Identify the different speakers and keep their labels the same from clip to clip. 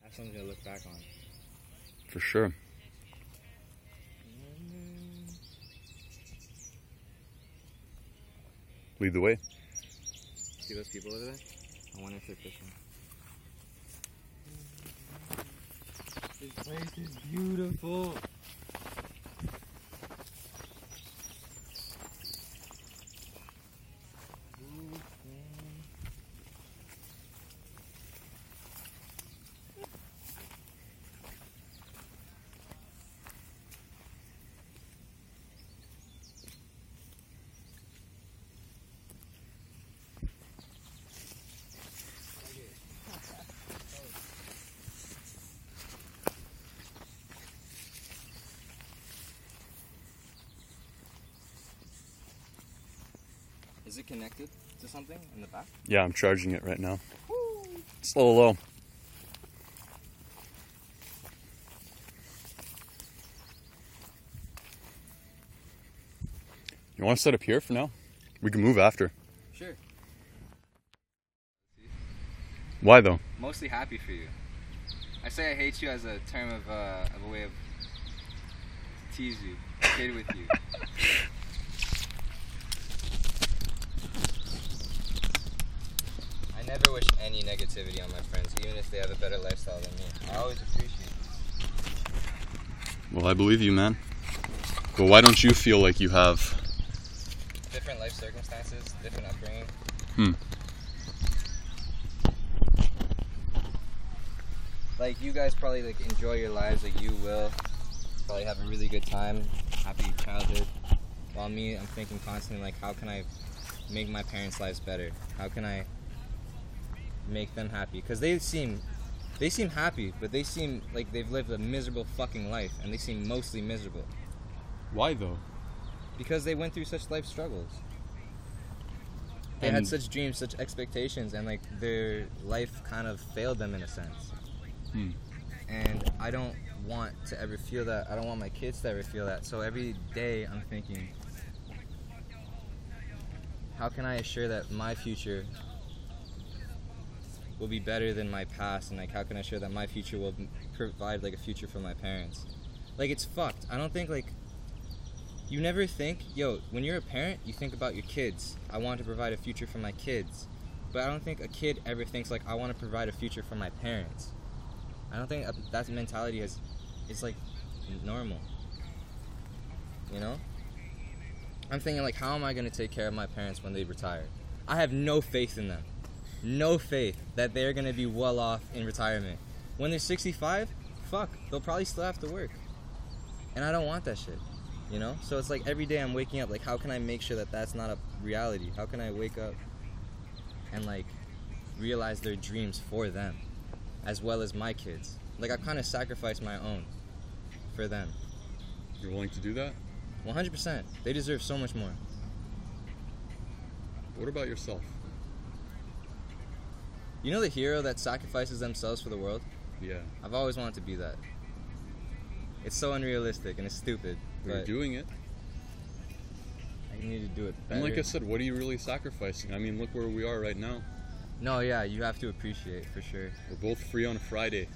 Speaker 1: back. Something to look back on.
Speaker 2: for sure. Lead the way.
Speaker 1: See those people over there? I wonder if they're fishing. This place is beautiful. Is it connected to something in the back?
Speaker 2: Yeah, I'm charging it right now. It's a little low. You want to set up here for now? We can move after.
Speaker 1: Sure.
Speaker 2: Why though?
Speaker 1: Mostly happy for you. I say I hate you as a term of, uh, of a way of tease you, kid with you. I never wish any negativity on my friends, even if they have a better lifestyle than me. I always appreciate
Speaker 2: Well, I believe you, man. But why don't you feel like you have?
Speaker 1: different life circumstances, different upbringing.
Speaker 2: Hmm.
Speaker 1: Like you guys probably like enjoy your lives like you will. Probably have a really good time, happy childhood. While me, I'm thinking constantly like how can I make my parents' lives better? How can I make them happy? Cuz they seem they seem happy, but they seem like they've lived a miserable fucking life and they seem mostly miserable
Speaker 2: Why though?
Speaker 1: because they went through such life struggles. They had
Speaker 2: And-
Speaker 1: such dreams, such expectations, and like their life kind of failed them in a sense.
Speaker 2: Hmm.
Speaker 1: And I don't want to ever feel that. I don't want my kids to ever feel that. So every day I'm thinking, how can I assure that my future will be better than my past? And like, how can I assure that my future will provide like a future for my parents? Like, it's fucked. I don't think like you never think, yo, when you're a parent, you think about your kids. I want to provide a future for my kids. But I don't think a kid ever thinks like I want to provide a future for my parents. I don't think uh, that mentality is it's like normal. You know? I'm thinking like how am I going to take care of my parents when they retire? I have no faith in them. No faith that they're going to be well off in retirement. When they're 65, fuck, they'll probably still have to work. And I don't want that shit you know so it's like every day i'm waking up like how can i make sure that that's not a reality how can i wake up and like realize their dreams for them as well as my kids like i kind of sacrifice my own for them
Speaker 2: You're willing to do that?
Speaker 1: 100% they deserve so much more
Speaker 2: What about yourself?
Speaker 1: you know the hero that sacrifices themselves for the world
Speaker 2: Yeah,
Speaker 1: i've always wanted to be that it's so unrealistic and it's stupid
Speaker 2: you're
Speaker 1: but
Speaker 2: doing it.
Speaker 1: i need to do it better
Speaker 2: And like I said, what are you really sacrificing? I mean, look where we are right now.
Speaker 1: no yeah you have to appreciate for sure
Speaker 2: We're both free on a Friday,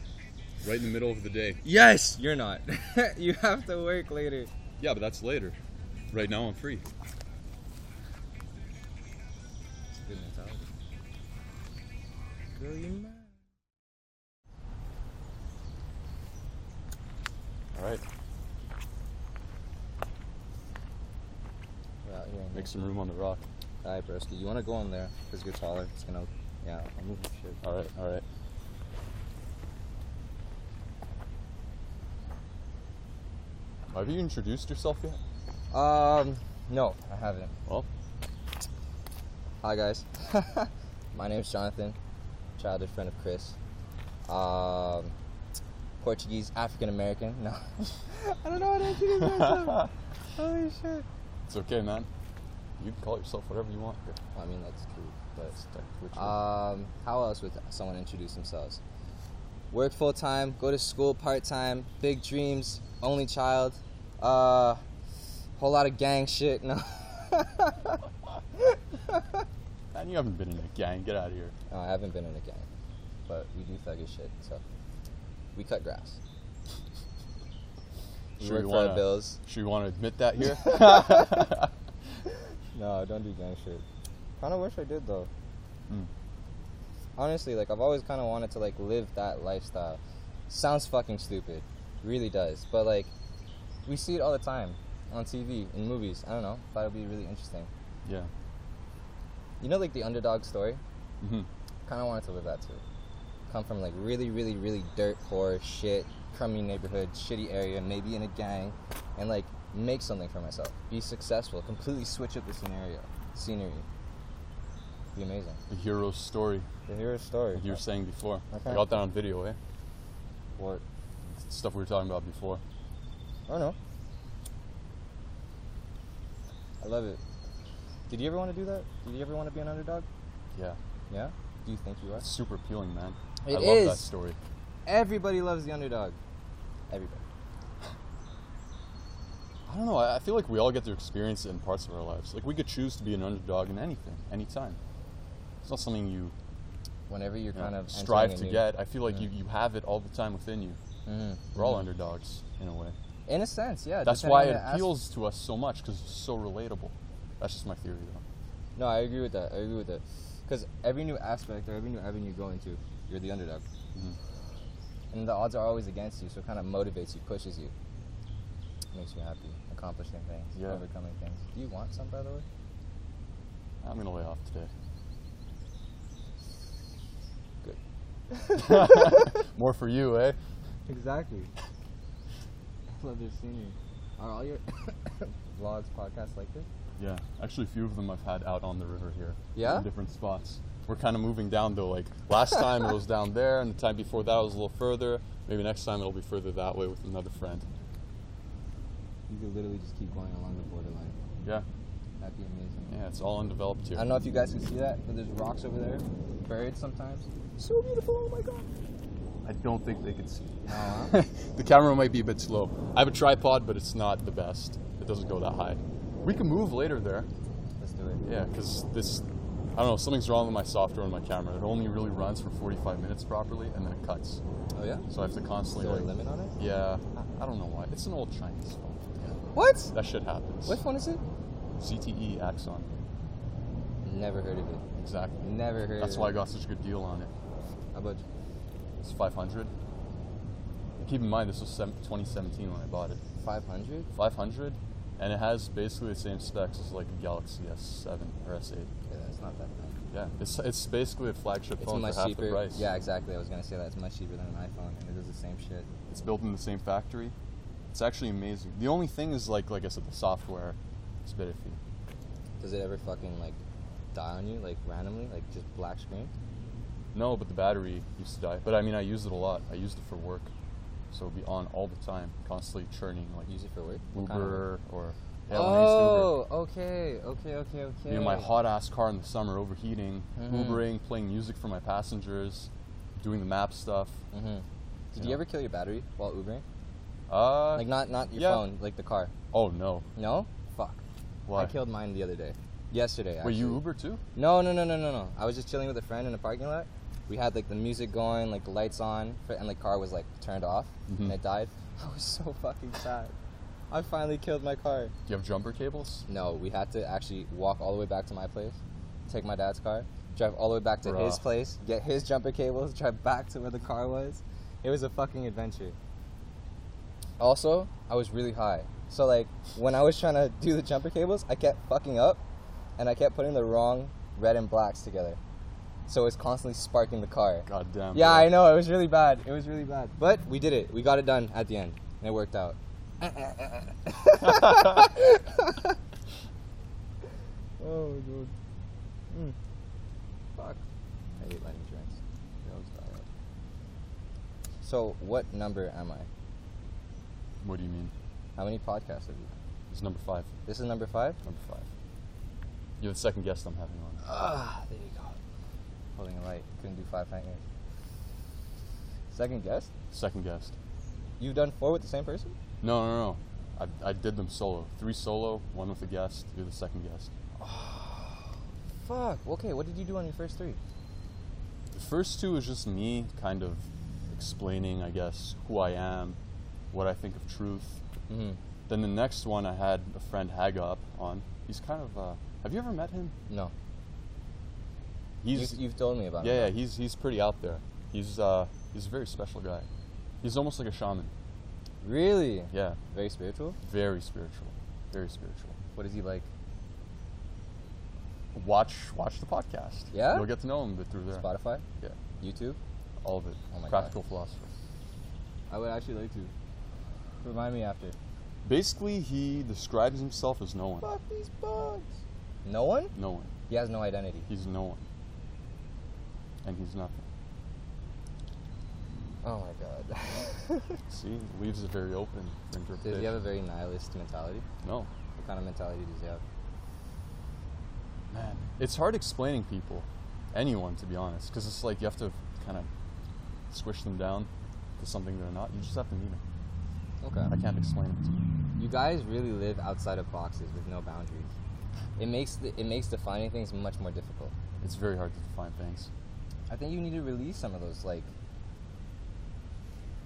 Speaker 2: right in the middle of the day.
Speaker 1: yes you're not you have to work later
Speaker 2: Yeah, but that's later. Right now, I'm free.
Speaker 1: It's a good mentality. Girl, you mad.
Speaker 2: All right,
Speaker 1: We're out here.
Speaker 2: make some room on the rock.
Speaker 1: Alright, broski. You want to go in there? Because you're taller. It's gonna. Yeah, I'll move the shit.
Speaker 2: All right, all right. Have you introduced yourself yet?
Speaker 1: Um, no, I haven't.
Speaker 2: Well,
Speaker 1: Hi, guys. My name's Jonathan, childhood friend of Chris. Um, Portuguese, African American. No. I don't know what African American Holy shit.
Speaker 2: it's okay, man. You can call yourself whatever you want here.
Speaker 1: Well, I mean, that's true, but.
Speaker 2: That's stuck with you.
Speaker 1: Um, how else would someone introduce themselves? Work full time, go to school part time, big dreams, only child, uh, whole lot of gang shit. No,
Speaker 2: man, you haven't been in a gang. Get out of here.
Speaker 1: no I haven't been in a gang, but we do thuggish shit. So, we cut grass. We
Speaker 2: Sure
Speaker 1: work
Speaker 2: you
Speaker 1: for our
Speaker 2: wanna-
Speaker 1: bills.
Speaker 2: Sure, you want to admit that here?
Speaker 1: No, don't do gang shit. Kind of wish I did though.
Speaker 2: Mm.
Speaker 1: Honestly, like I've always kind of wanted to like live that lifestyle. Sounds fucking stupid, really does. But like, we see it all the time on TV in movies. I don't know. Thought it'd be really interesting.
Speaker 2: yeah.
Speaker 1: You know, like the underdog story.
Speaker 2: hmm
Speaker 1: Kind of wanted to live that too. Come from like really, really, really dirt poor shit, crummy neighborhood, shitty area, maybe in a gang, and like make something for myself. Be successful. Completely switch up the scenario, scenery. Be amazing.
Speaker 2: The hero's story,
Speaker 1: The hero's story.
Speaker 2: like you were saying before.
Speaker 1: Okay.
Speaker 2: I got that on video, eh?
Speaker 1: What?
Speaker 2: Stuff we were talking about before.
Speaker 1: I don't know. I love it. Did you ever want to do that? Did you ever want to be an underdog?
Speaker 2: Yeah.
Speaker 1: Yeah. Do you think you are?
Speaker 2: That's super appealing, man. I
Speaker 1: It
Speaker 2: love that
Speaker 1: is.
Speaker 2: story.
Speaker 1: Everybody loves the underdog. Everybody.
Speaker 2: I don't know. I I feel like we all get to experience it in parts of our lives. Like we could choose to be an underdog in anything, anytime. It's not something you,
Speaker 1: Whenever you're
Speaker 2: you know,
Speaker 1: kind of
Speaker 2: strive
Speaker 1: entering a
Speaker 2: to
Speaker 1: new-
Speaker 2: get. I feel like
Speaker 1: Yeah.
Speaker 2: you, you have it all the time within you.
Speaker 1: Mhm.
Speaker 2: We're all underdogs in a way.
Speaker 1: In a sense, yeah.
Speaker 2: That's
Speaker 1: depending
Speaker 2: why
Speaker 1: on
Speaker 2: it
Speaker 1: the aspect.
Speaker 2: appeals to us so much because it's so relatable. That's just my theory, though.
Speaker 1: No, I agree with that. I agree with that. Because every new aspect or every new avenue you go into, you're the underdog.
Speaker 2: Mhm.
Speaker 1: And the odds are always against you, so it kind of motivates you, pushes you. Makes you happy, accomplishing things,
Speaker 2: Yeah.
Speaker 1: overcoming things. Do you want some, by the way?
Speaker 2: I'm gonna lay off today.
Speaker 1: Good.
Speaker 2: More for you, eh?
Speaker 1: exactly. Love your scenery. Are all your vlogs, podcasts like this?
Speaker 2: Yeah. Actually, a few of them I've had out on the river here.
Speaker 1: Yeah?
Speaker 2: In different spots. We're kind of moving down though. Like last time it was down there, and the time before that it was a little further. Maybe next time it'll be further that way with another friend.
Speaker 1: You could literally just keep going along the borderline.
Speaker 2: Yeah.
Speaker 1: That'd be amazing.
Speaker 2: Yeah. It's all undeveloped
Speaker 1: I
Speaker 2: here.
Speaker 1: don't know if you guys can see that, but there's rocks over there, buried sometimes. So beautiful, oh my god.
Speaker 2: I don't think they can see.
Speaker 1: Aw.
Speaker 2: the camera might be a bit slow. I have a tripod, but it's not the best. It doesn't go that high. We can move later there.
Speaker 1: Let's do it.
Speaker 2: Yeah, because this, I don't know, something's wrong with my software and my camera. It only really runs for 45 minutes properly, and then it cuts.
Speaker 1: Oh yeah?
Speaker 2: So I have to
Speaker 1: Is
Speaker 2: constantly
Speaker 1: there a
Speaker 2: like,
Speaker 1: limit on it?
Speaker 2: yeah, I- I don't know why. It's an old Chinese phone.
Speaker 1: What?
Speaker 2: That shit happens.
Speaker 1: What phone is it?
Speaker 2: CTE Axon.
Speaker 1: Never heard of it.
Speaker 2: Exactly.
Speaker 1: Never heard
Speaker 2: That's
Speaker 1: of
Speaker 2: why I
Speaker 1: it.
Speaker 2: got such a good deal on it.
Speaker 1: How about you?
Speaker 2: It's 500. And keep in mind, this was sem- 2017 when I bought it.
Speaker 1: 500?
Speaker 2: 500, and it has basically the same specs as like a Galaxy S7 or S8.
Speaker 1: Yeah, that's not that bad.
Speaker 2: Yeah, it's it's basically a flagship
Speaker 1: It's
Speaker 2: phone
Speaker 1: much
Speaker 2: for half
Speaker 1: cheaper.
Speaker 2: the price.
Speaker 1: Yeah, exactly. I was gonna say that it's much cheaper than an iPhone, and it does the same shit.
Speaker 2: It's built in the same factory. It's actually amazing. The only thing is like like I said, the software is a bit iffy.
Speaker 1: Does it ever fucking like die on you, like randomly, like just black screen?
Speaker 2: No, but the battery used to die. But I mean, I used it a lot. I used it for work, so it'd be on all the time, constantly churning like
Speaker 1: Use it for work? What
Speaker 2: Uber
Speaker 1: kind of work?
Speaker 2: or yeah, when I used to Uber.
Speaker 1: Oh, okay, okay, okay, okay.
Speaker 2: You know, my hot ass car in the summer overheating,
Speaker 1: Mhm.
Speaker 2: Ubering, playing music for my passengers, doing the map stuff.
Speaker 1: hmm Did
Speaker 2: Yeah.
Speaker 1: you ever kill your battery while Ubering?
Speaker 2: Uh,
Speaker 1: Like not not your
Speaker 2: yeah.
Speaker 1: phone, like the car.
Speaker 2: oh no.
Speaker 1: No? Fuck.
Speaker 2: Why?
Speaker 1: I killed mine the other day. Yesterday.
Speaker 2: Wait,
Speaker 1: Actually.
Speaker 2: you Uber too?
Speaker 1: No, no, no, no, no, no. I was just chilling with a friend in a parking lot. We had like the music going, like the lights on, fr- and the car was like turned off,
Speaker 2: Mhm.
Speaker 1: and it died. I was so fucking sad. I finally killed my car.
Speaker 2: Do you have jumper cables?
Speaker 1: No, we had to actually walk all the way back to my place, take my dad's car, drive all the way back to
Speaker 2: Bruh.
Speaker 1: his place, get his jumper cables, drive back to where the car was. It was a fucking adventure. Also, I was really high. So like when I was trying to do the jumper cables, I kept fucking up and I kept putting the wrong red and blacks together. So it was constantly sparking the car.
Speaker 2: God damn.
Speaker 1: Yeah,
Speaker 2: bro.
Speaker 1: I know. It was really bad. It was really bad. But we did it. We got it done at the end, and it worked out. oh my god. Mm. Fuck. I hate life insurance. They always die out. So, what number am I?
Speaker 2: What do you mean?
Speaker 1: How many podcasts have you? done?
Speaker 2: It's number five.
Speaker 1: This is number five.
Speaker 2: Number five. You're the second guest I'm having on.
Speaker 1: Ah, there you go. Holding a light. Couldn't do five fingers. Second guess?
Speaker 2: Second guest.
Speaker 1: You've done four with the same person?
Speaker 2: No, no, no. I, I did them solo. Three solo, one with a guest. You're the second guest.
Speaker 1: Fuck. Okay, what did you do on your first three?
Speaker 2: The first two was just me kind of explaining, I guess, who I am, what I think of truth.
Speaker 1: Mm-hmm.
Speaker 2: Then the next one I had a friend Hagop on. He's kind of. Uh, have you ever met him?
Speaker 1: No,
Speaker 2: He's
Speaker 1: you've, you've told me about
Speaker 2: yeah, yeah.
Speaker 1: it.
Speaker 2: He's he's pretty out there. He's uh, he's a very special guy. He's almost like a shaman.
Speaker 1: Really?
Speaker 2: Yeah,
Speaker 1: Very spiritual.
Speaker 2: very spiritual, very spiritual.
Speaker 1: What is he like?
Speaker 2: Watch watch the podcast.
Speaker 1: Yeah?
Speaker 2: you'll get to know him through there.
Speaker 1: Spotify,
Speaker 2: Yeah,
Speaker 1: YouTube.
Speaker 2: all of it.
Speaker 1: Oh my God.
Speaker 2: Practical philosopher.
Speaker 1: I would actually like to. Remind me after.
Speaker 2: Basically, he describes himself as no one.
Speaker 1: Fuck these bugs. No one?
Speaker 2: No one.
Speaker 1: He has no identity.
Speaker 2: He's no one. And he's nothing.
Speaker 1: Oh my god.
Speaker 2: See, leaves it very open for
Speaker 1: Does
Speaker 2: interpretation.
Speaker 1: he have a very nihilist mentality?
Speaker 2: no,
Speaker 1: What kind of mentality does he have?
Speaker 2: man, it's hard explaining people, anyone to be honest, because it's like you have to kind of squish them down to something they're not. You just have to meet them. I
Speaker 1: Okay.
Speaker 2: can't explain it. To you.
Speaker 1: You guys really live outside of boxes with no boundaries. It makes the, it makes defining things much more difficult.
Speaker 2: It's very hard to define things.
Speaker 1: I think you need to release some of those like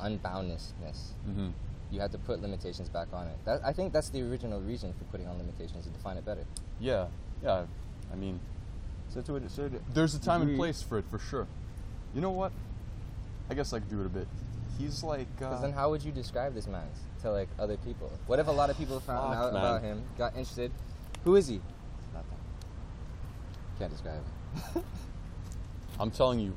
Speaker 1: unboundnessness.
Speaker 2: Mm-hmm.
Speaker 1: You have to put limitations back on it. That, I think that's the original reason for putting on limitations to define it better.
Speaker 2: Yeah, yeah. I mean,
Speaker 1: So to a certain
Speaker 2: there's a time and
Speaker 1: Mhm.
Speaker 2: place for it for sure. You know what? I guess I could do it a bit. He's like.
Speaker 1: Because
Speaker 2: Uh,
Speaker 1: then, how would you describe this man to like other people? What if a lot of people found
Speaker 2: Fuck,
Speaker 1: out
Speaker 2: man.
Speaker 1: about him, got interested? Who is he? Nothing. Can't describe him.
Speaker 2: I'm telling you,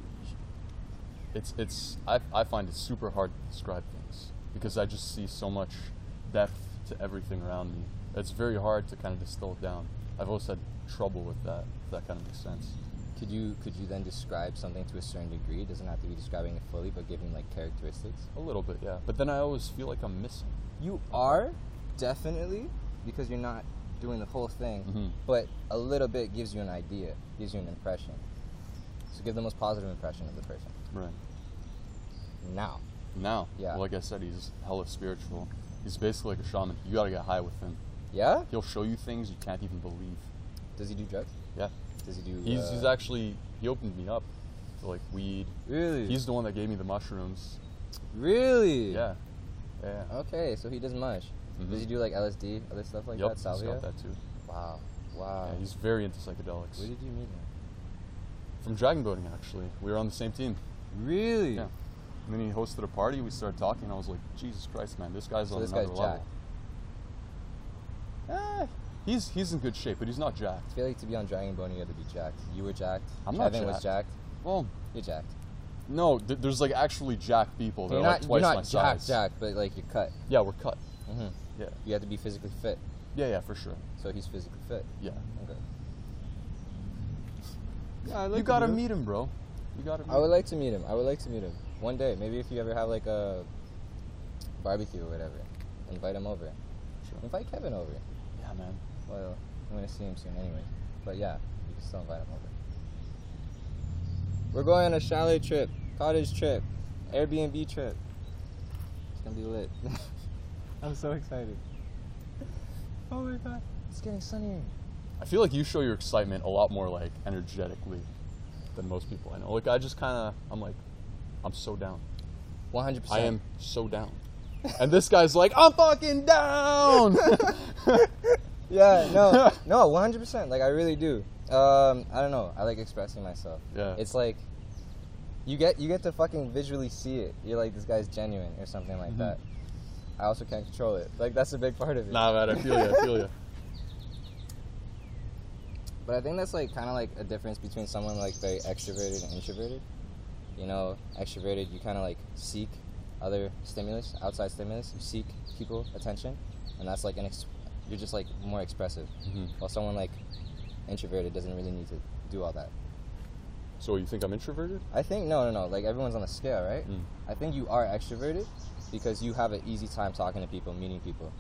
Speaker 2: it's it's I, I find it super hard to describe things because I just see so much depth to everything around me. It's very hard to kind of distill it down. I've always had trouble with that. If that kind of makes sense.
Speaker 1: Could you could you then describe something to a certain degree? It doesn't have to be describing it fully, but giving like characteristics.
Speaker 2: A little bit, yeah. But then I always feel like I'm missing.
Speaker 1: You are definitely because you're not doing the whole thing,
Speaker 2: Mhm.
Speaker 1: but a little bit gives you an idea, gives you an impression. So give the most positive impression of the person
Speaker 2: Right.
Speaker 1: now.
Speaker 2: Now,
Speaker 1: Yeah.
Speaker 2: like I said, he's hella spiritual. He's basically like a shaman. You gotta get high with him.
Speaker 1: Yeah?
Speaker 2: He'll show you things you can't even believe.
Speaker 1: Does he do drugs?
Speaker 2: Yeah.
Speaker 1: Does he do?
Speaker 2: He's,
Speaker 1: uh,
Speaker 2: he's actually he opened me up to like weed.
Speaker 1: really.
Speaker 2: He's the one that gave me the mushrooms.
Speaker 1: really.
Speaker 2: Yeah. Yeah.
Speaker 1: Okay, so he does mush.
Speaker 2: Mhm.
Speaker 1: Does he do like LSD, other stuff like
Speaker 2: yep,
Speaker 1: that?
Speaker 2: he's
Speaker 1: Salvia.
Speaker 2: got that too.
Speaker 1: Wow, wow.
Speaker 2: yeah, he's very into psychedelics.
Speaker 1: Where did you meet him?
Speaker 2: From dragon boating, actually. We were on the same team.
Speaker 1: Really?
Speaker 2: Yeah. And then he hosted a party. We started talking. I was like, Jesus Christ, man, this guy's
Speaker 1: So
Speaker 2: on
Speaker 1: this
Speaker 2: another
Speaker 1: guy's
Speaker 2: level.
Speaker 1: jacked.
Speaker 2: Eh, he's he's in good shape, but he's not jacked.
Speaker 1: I feel like to be on Dragon Bone, you had to be jacked. You were jacked.
Speaker 2: I'm not
Speaker 1: Kevin was jacked.
Speaker 2: Well,
Speaker 1: You're jacked.
Speaker 2: no, th- there's like actually jacked people. They're
Speaker 1: you're
Speaker 2: like
Speaker 1: not,
Speaker 2: twice
Speaker 1: you're
Speaker 2: my
Speaker 1: not jacked,
Speaker 2: size.
Speaker 1: jacked, but like you're cut.
Speaker 2: Yeah, we're cut.
Speaker 1: hmm
Speaker 2: Yeah,
Speaker 1: You have to be physically fit.
Speaker 2: yeah, yeah, for sure.
Speaker 1: So he's physically fit.
Speaker 2: Yeah.
Speaker 1: Okay.
Speaker 2: you gotta meet him, bro. You gotta. Meet
Speaker 1: I would like to meet him. I would like to meet him one day. Maybe if you ever have like a barbecue or whatever, invite him over.
Speaker 2: Sure.
Speaker 1: Invite Kevin over.
Speaker 2: him. Yeah, man.
Speaker 1: Well, I'm gonna see him soon anyway. But yeah, you can still invite him over. We're going on a chalet trip, cottage trip, Airbnb trip. It's gonna be lit. I'm so excited. Oh my god. It's getting sunnier.
Speaker 2: I feel like you show your excitement a lot more like energetically than most people I know. Like I just kind of I'm like I'm so down.
Speaker 1: 100%.
Speaker 2: I am so down. And this guy's like I'm fucking down.
Speaker 1: Yeah, no, no, 100%. Like, I really do. Um, I don't know. I like expressing myself.
Speaker 2: yeah.
Speaker 1: It's like you get you get to fucking visually see it. You're like this guy's genuine or something like
Speaker 2: Mhm.
Speaker 1: that. I also can't control it. Like that's a big part of it.
Speaker 2: nah, man. I feel you. I feel you.
Speaker 1: But I think that's like kind of like a difference between someone like very extroverted and introverted. You know, extroverted, you kind of like seek other stimulus, outside stimulus. You seek people attention, and that's like an ex- you're just like more expressive.
Speaker 2: Mhm.
Speaker 1: While someone like introverted doesn't really need to do all that.
Speaker 2: So you think I'm introverted?
Speaker 1: I think no, no, no. Like everyone's on a scale, right?
Speaker 2: Mm.
Speaker 1: I think you are extroverted because you have an easy time talking to people, meeting people.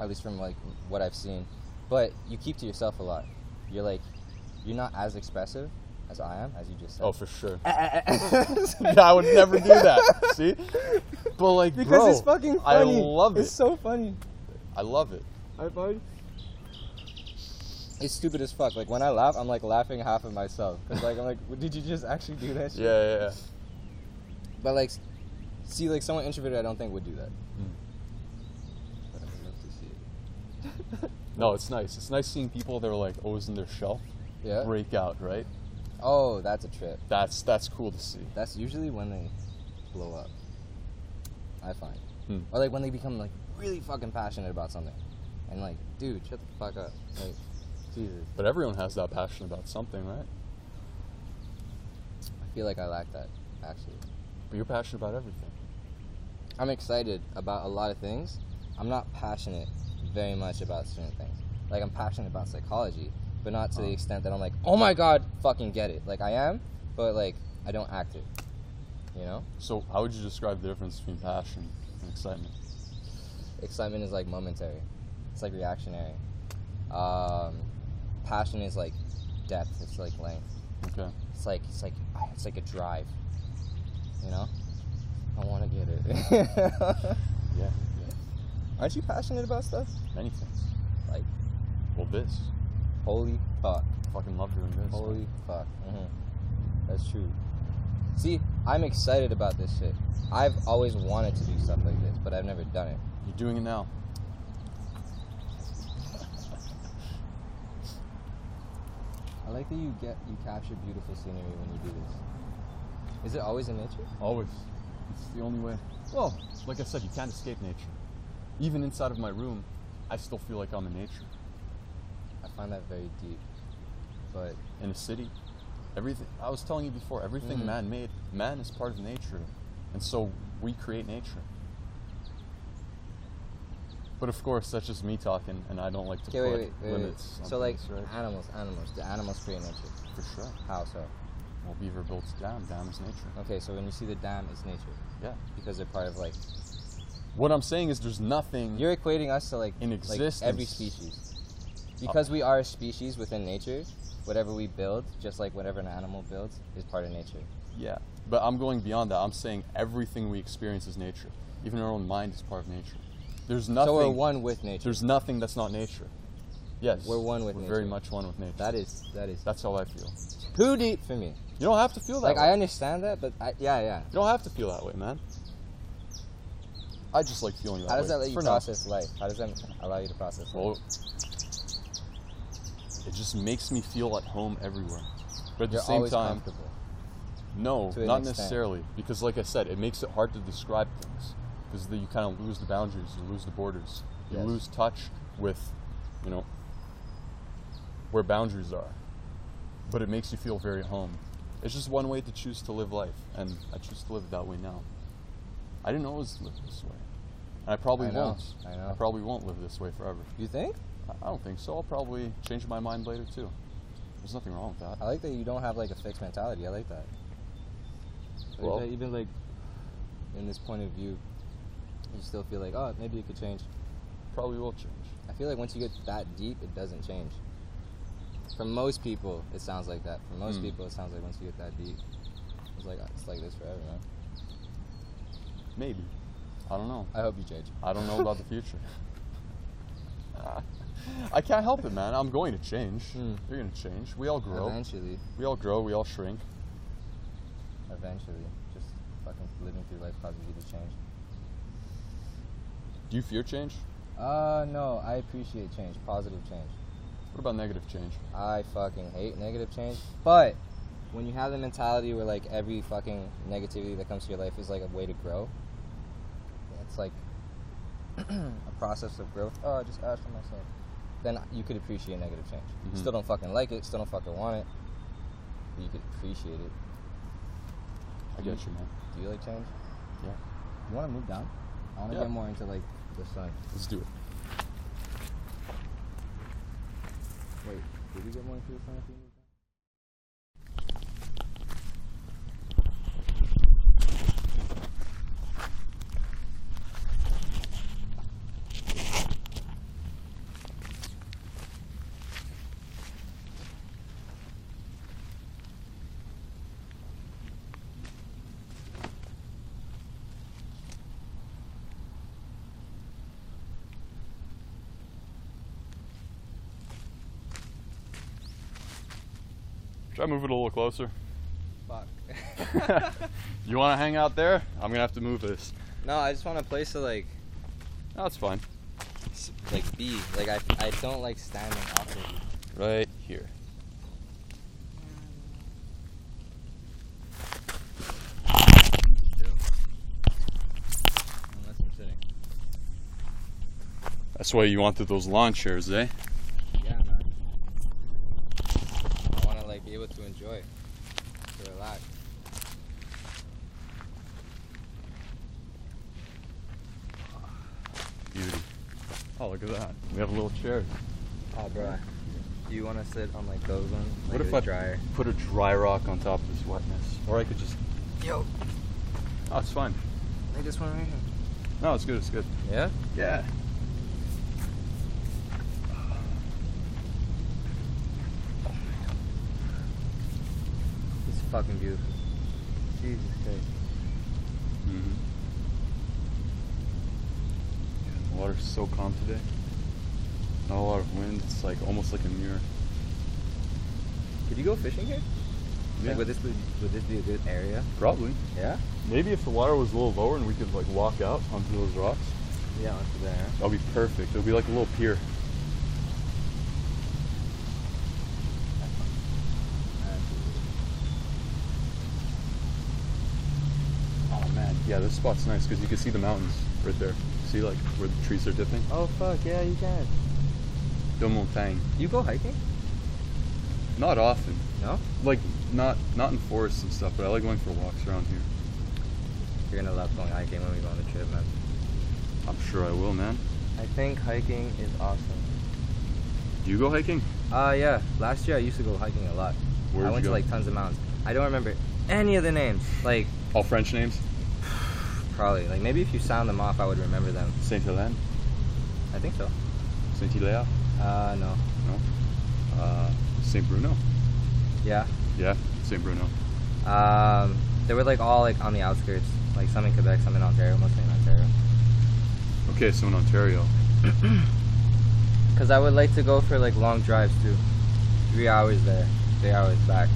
Speaker 1: At least from like what I've seen, but you keep to yourself a lot. You're like, you're not as expressive as I am, as you just said.
Speaker 2: Oh, for sure. yeah, I would never do that. See? But like,
Speaker 1: because
Speaker 2: bro,
Speaker 1: it's fucking funny.
Speaker 2: I love it.
Speaker 1: It's so funny.
Speaker 2: I love it.
Speaker 1: I find it's stupid as fuck. Like when I laugh, I'm like laughing half of myself. Cause like I'm like, did you just actually do that shit?
Speaker 2: Yeah, yeah, yeah.
Speaker 1: But like, See, like someone introverted, I don't think would do that.
Speaker 3: But I would love to see it.
Speaker 2: No, it's nice. It's nice seeing people that are like always in their shell
Speaker 1: Yeah.
Speaker 2: break out, right?
Speaker 1: Oh, that's a trip.
Speaker 2: That's that's cool to see.
Speaker 1: That's usually when they blow up. I find.
Speaker 2: Hmm.
Speaker 1: Or like when they become like really fucking passionate about something, and like, dude, shut the fuck up. Like, Jesus,
Speaker 2: But everyone has that passion about something, right?
Speaker 1: I feel like I lack that actually.
Speaker 2: But you're passionate about everything.
Speaker 1: I'm excited about a lot of things. I'm not passionate very much about certain things. Like I'm passionate about psychology, but not to the extent that I'm like, oh my god, fucking get it. Like I am, but like I don't act it. You know,
Speaker 2: So how would you describe the difference between passion and excitement?
Speaker 1: excitement is like momentary. It's like reactionary. Um, passion is like depth. It's like length.
Speaker 2: Okay.
Speaker 1: It's like it's like it's like a drive. You know, I want to get it.
Speaker 2: Yeah.
Speaker 1: Aren't you passionate about stuff?
Speaker 2: Many things.
Speaker 1: Like
Speaker 2: Well, this.
Speaker 1: holy fuck.
Speaker 2: Fucking love doing this.
Speaker 1: Holy fuck. That's true. See, I'm excited about this shit. I've always wanted to do stuff like this, but I've never done it.
Speaker 2: You're doing it now.
Speaker 1: I like that you get you capture beautiful scenery when you do this. Is it always in nature?
Speaker 2: Always. It's the only way. Well, like I said, you can't escape nature. Even inside of my room, I still feel like I'm in nature.
Speaker 1: I find that very deep. But
Speaker 2: In a city, everything. I was telling you before, everything
Speaker 1: Mhm.
Speaker 2: man made, man is part of nature. And so we create nature. But of course, that's just me talking, and I don't like to
Speaker 1: okay,
Speaker 2: put
Speaker 1: wait, wait, wait, wait.
Speaker 2: limits. on
Speaker 1: So like
Speaker 2: things, right?
Speaker 1: animals, animals. The animals create nature.
Speaker 2: for sure.
Speaker 1: How so?
Speaker 2: Well, Beaver builds dam. Dam is nature.
Speaker 1: Okay, so when you see the dam, it's nature
Speaker 2: Yeah.
Speaker 1: because they're part of like.
Speaker 2: What I'm saying is, there's nothing.
Speaker 1: You're equating us to like
Speaker 2: In
Speaker 1: like every
Speaker 2: existence.
Speaker 1: species. Because we are a species within nature, whatever we build, just like whatever an animal builds, is part of nature.
Speaker 2: Yeah, but I'm going beyond that. I'm saying everything we experience is nature. Even our own mind is part of nature. There's nothing.
Speaker 1: So we're one with nature.
Speaker 2: There's nothing that's not nature. Yes,
Speaker 1: We're one with
Speaker 2: we're
Speaker 1: nature.
Speaker 2: Very much one with nature.
Speaker 1: That is that is
Speaker 2: That's how I feel.
Speaker 1: too deep for me.
Speaker 2: You don't have to feel that.
Speaker 1: Like
Speaker 2: way.
Speaker 1: I understand that, but I, yeah, yeah.
Speaker 2: you don't have to feel that way, man. I just like feeling that
Speaker 1: How does
Speaker 2: way.
Speaker 1: that let you
Speaker 2: for now.
Speaker 1: process life? How does that allow you to process life?
Speaker 2: Well, it just makes me feel at home everywhere. But at
Speaker 1: You're
Speaker 2: the same
Speaker 1: always
Speaker 2: time,
Speaker 1: comfortable.
Speaker 2: No,
Speaker 1: to an
Speaker 2: not
Speaker 1: extent.
Speaker 2: necessarily. Because, like I said, it makes it hard to describe things. Because you kind of lose the boundaries, you lose the borders, you
Speaker 1: Yes.
Speaker 2: lose touch with, you know, where boundaries are. But it makes you feel very home. It's just one way to choose to live life, and I choose to live that way now. I didn't always live this way, and I probably
Speaker 1: I know,
Speaker 2: won't.
Speaker 1: I know.
Speaker 2: I probably won't live this way forever.
Speaker 1: You think?
Speaker 2: I- I don't think so. I'll probably change my mind later too. There's nothing wrong with that.
Speaker 1: I like that you don't have like a fixed mentality. I like that. I like
Speaker 2: Well-
Speaker 1: that even like in this point of view, you still feel like oh maybe it could change.
Speaker 2: Probably will change.
Speaker 1: I feel like once you get that deep, it doesn't change. For most people, it sounds like that. For most
Speaker 2: Hmm.
Speaker 1: people, it sounds like once you get that deep, it's like it's like this forever, man.
Speaker 2: Maybe. I don't know.
Speaker 1: I hope you change.
Speaker 2: I don't know about the future. I can't help it, man. I'm going to change.
Speaker 1: Hmm.
Speaker 2: You're going to change. We all grow.
Speaker 1: Eventually,
Speaker 2: We all grow. We all shrink.
Speaker 1: eventually, just fucking living through life causes you to change.
Speaker 2: Do you fear change?
Speaker 1: Uh, no, I appreciate change, positive change.
Speaker 2: What about negative change?
Speaker 1: I fucking hate negative change, but when you have the mentality where like every fucking negativity that comes to your life is like a way to grow, it's like a process of growth. Oh, I just asked for myself. Then you could appreciate negative change.
Speaker 2: Mhm.
Speaker 1: Still don't fucking like it. Still don't fucking want it. But you could appreciate it.
Speaker 2: I get you, man.
Speaker 1: Do you like change?
Speaker 2: Yeah.
Speaker 1: You want to move down? I want to
Speaker 2: Yeah.
Speaker 1: get more into like the sun.
Speaker 2: Let's do it.
Speaker 1: Wait, did we get more into the sun? If we move down?
Speaker 2: Try move it a little closer.
Speaker 1: Fuck.
Speaker 2: You want to hang out there? I'm gonna have to move this.
Speaker 1: no, I just want a place to like,
Speaker 2: That's fine.
Speaker 1: s- like be. Like I, I don't like standing awkwardly.
Speaker 2: Right here.
Speaker 1: Unless I'm sitting.
Speaker 2: That's why you wanted those lawn chairs, eh?
Speaker 1: Yeah, man. I want to like be able to enjoy, to relax.
Speaker 2: Beauty. Oh, look at that. We have little chairs.
Speaker 1: Oh, bro. Do you want to sit on like those ones?
Speaker 2: What if
Speaker 1: I
Speaker 2: I- Put a dry rock on top of this wetness, or I could just.
Speaker 1: Yo,
Speaker 2: Oh, it's fine.
Speaker 1: like this one right here.
Speaker 2: No, it's good. It's good.
Speaker 1: Yeah.
Speaker 2: Yeah.
Speaker 1: It's fucking beautiful. Jesus Christ.
Speaker 2: Mm-hmm. Yeah, the water's so calm today. Not a lot of wind. It's like almost like a mirror.
Speaker 1: Could you go fishing here?
Speaker 2: Yeah.
Speaker 1: Like, would this be, would this be a good area?
Speaker 2: Probably.
Speaker 1: Yeah.
Speaker 2: Maybe if the water was a little lower and we could like walk out onto those rocks,
Speaker 1: Yeah, onto there.
Speaker 2: that'll be perfect. It'll be like a little pier. Oh man, yeah, this spot's nice because you can see the mountains right there. See like where the trees are dipping.
Speaker 1: Oh fuck yeah, you can.
Speaker 2: Deux montagnes.
Speaker 1: You go hiking?
Speaker 2: Not often.
Speaker 1: No.
Speaker 2: Like not not in forests and stuff, but I like going for walks around here.
Speaker 1: You're gonna love going hiking when we go on the trip, man.
Speaker 2: I'm sure I will, man.
Speaker 1: I think hiking is awesome.
Speaker 2: Do you go hiking?
Speaker 1: Uh yeah, last year I used to go hiking a lot.
Speaker 2: Where'd
Speaker 1: I went
Speaker 2: you
Speaker 1: to
Speaker 2: go?
Speaker 1: like tons of mountains. I don't remember any of the names. Like
Speaker 2: All French names?
Speaker 1: probably like maybe if you sound them off, I would remember them.
Speaker 2: Saint Helene,
Speaker 1: I think so.
Speaker 2: Saint Hilaire,
Speaker 1: Uh no.
Speaker 2: uh, Saint Bruno.
Speaker 1: Yeah.
Speaker 2: Yeah, Saint Bruno.
Speaker 1: Um, they were like all like on the outskirts. Like some in Quebec, some in Ontario, mostly in Ontario.
Speaker 2: Okay, so in Ontario.
Speaker 1: Cause I would like to go for like long drives too. Three hours there, three hours back,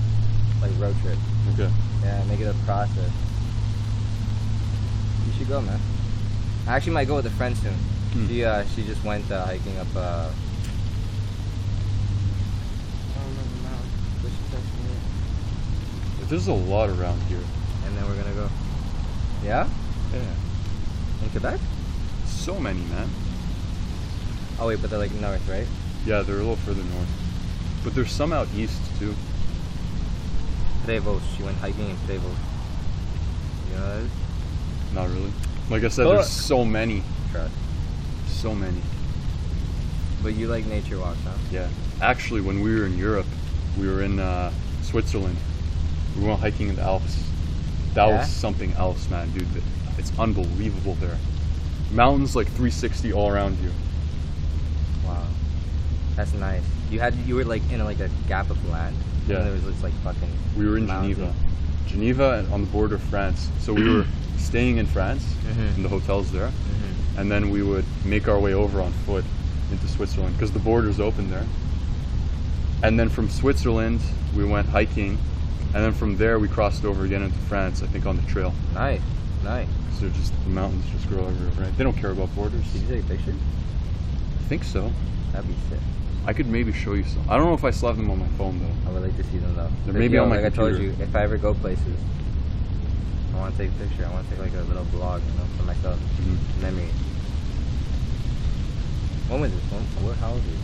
Speaker 1: like road trip.
Speaker 2: Okay.
Speaker 1: Yeah, make it a process. You should go, man. I actually might go with a friend soon.
Speaker 2: Hmm.
Speaker 1: She uh, she just went uh, hiking up. Uh, I don't remember the mountain, but she texted
Speaker 2: There's a lot around here.
Speaker 1: me. And then we're gonna go. Yeah,
Speaker 2: Yeah.
Speaker 1: in Quebec.
Speaker 2: So many, man.
Speaker 1: Oh wait, but they're like north, right?
Speaker 2: Yeah, they're a little further north. But there's some out east too.
Speaker 1: Prévost. She went hiking in Prévost. You know that is?
Speaker 2: Not really. Like I said,
Speaker 1: But-
Speaker 2: there's so many.
Speaker 1: Trust.
Speaker 2: So many.
Speaker 1: But you like nature walks, huh?
Speaker 2: Yeah. Actually, when we were in Europe, we were in uh, Switzerland. We went hiking in the Alps. That
Speaker 1: Yeah?
Speaker 2: was something else, man, dude. Th- It's unbelievable there. Mountains like 360 all around you.
Speaker 1: Wow. That's nice. You had you were like in like a gap of land. And
Speaker 2: Yeah.
Speaker 1: there was this like fucking
Speaker 2: We were in
Speaker 1: mountain.
Speaker 2: Geneva. Geneva and on the border of France. So we were staying in France
Speaker 1: Mhm.
Speaker 2: in the hotels there.
Speaker 1: Mhm.
Speaker 2: and then we would make our way over on foot into Switzerland because the border's open there. And then from Switzerland, we went hiking, and then from there we crossed over again into France. I think on the trail
Speaker 1: Nice, nice.
Speaker 2: because they're just the mountains just grow everywhere. Right? They don't care about borders.
Speaker 1: Did you take a picture?
Speaker 2: I think so.
Speaker 1: That'd be sick.
Speaker 2: I could maybe show you some. I don't know if I still have them on my phone though.
Speaker 1: I would like to see them though.
Speaker 2: They're
Speaker 1: But
Speaker 2: maybe
Speaker 1: yo,
Speaker 2: on my
Speaker 1: like I told you,
Speaker 2: computer.
Speaker 1: if I ever go places, I want to take a picture. I want to take like a little blog, you know, for myself,
Speaker 2: Mhm.
Speaker 1: memory. When was this? When, where, how old were you?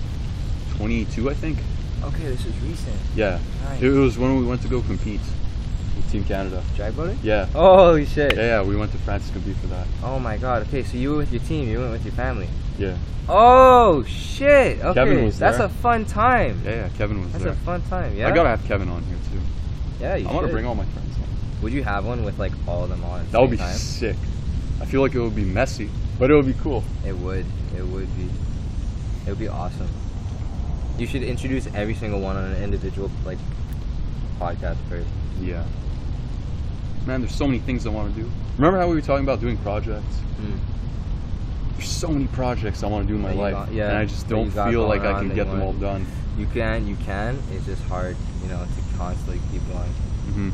Speaker 2: 22, I think.
Speaker 1: Okay, this is recent.
Speaker 2: Yeah.
Speaker 1: Nice.
Speaker 2: It was when we went to go compete with Team Canada.
Speaker 1: Drag boating?
Speaker 2: Yeah.
Speaker 1: Oh shit.
Speaker 2: Yeah, yeah. We went to France to compete for that.
Speaker 1: Oh my god. Okay, so you were with your team. You went with your family.
Speaker 2: Yeah.
Speaker 1: Oh shit. Okay,
Speaker 2: Kevin was
Speaker 1: that's
Speaker 2: there.
Speaker 1: a fun time.
Speaker 2: Yeah, yeah. Kevin was
Speaker 1: That's
Speaker 2: there.
Speaker 1: a fun time. Yeah.
Speaker 2: I gotta have Kevin on here too.
Speaker 1: Yeah, you
Speaker 2: I want to
Speaker 1: should.
Speaker 2: bring all my friends. On.
Speaker 1: Would you have one with like all of them on? at the
Speaker 2: That would
Speaker 1: same
Speaker 2: be
Speaker 1: Time?
Speaker 2: sick. I feel like it would be messy, but it would be cool.
Speaker 1: It would. It would be. It would be awesome. You should introduce every single one on an individual like podcast first.
Speaker 2: Yeah. Man, there's so many things I want to do. Remember how we were talking about doing projects?
Speaker 1: Mm.
Speaker 2: There's so many projects I want to do in my
Speaker 1: That you
Speaker 2: life,
Speaker 1: got- yeah,
Speaker 2: and I just
Speaker 1: that
Speaker 2: don't
Speaker 1: you got
Speaker 2: feel like
Speaker 1: going
Speaker 2: I
Speaker 1: on
Speaker 2: can
Speaker 1: that
Speaker 2: get
Speaker 1: you
Speaker 2: them all
Speaker 1: want.
Speaker 2: done.
Speaker 1: You can, you can. It's just hard, you know, to constantly keep going.
Speaker 2: hmm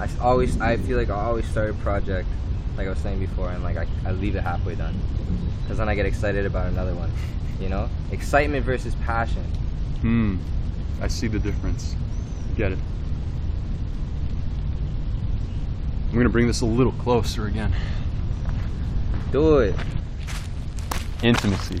Speaker 1: I s- always I feel like I always start a project, like I was saying before, and like I, I leave it halfway done, because then I get excited about another one. You know, excitement versus passion.
Speaker 2: Hmm. I see the difference. Get it. I'm gonna bring this a little closer again.
Speaker 1: Do it.
Speaker 2: Intimacy.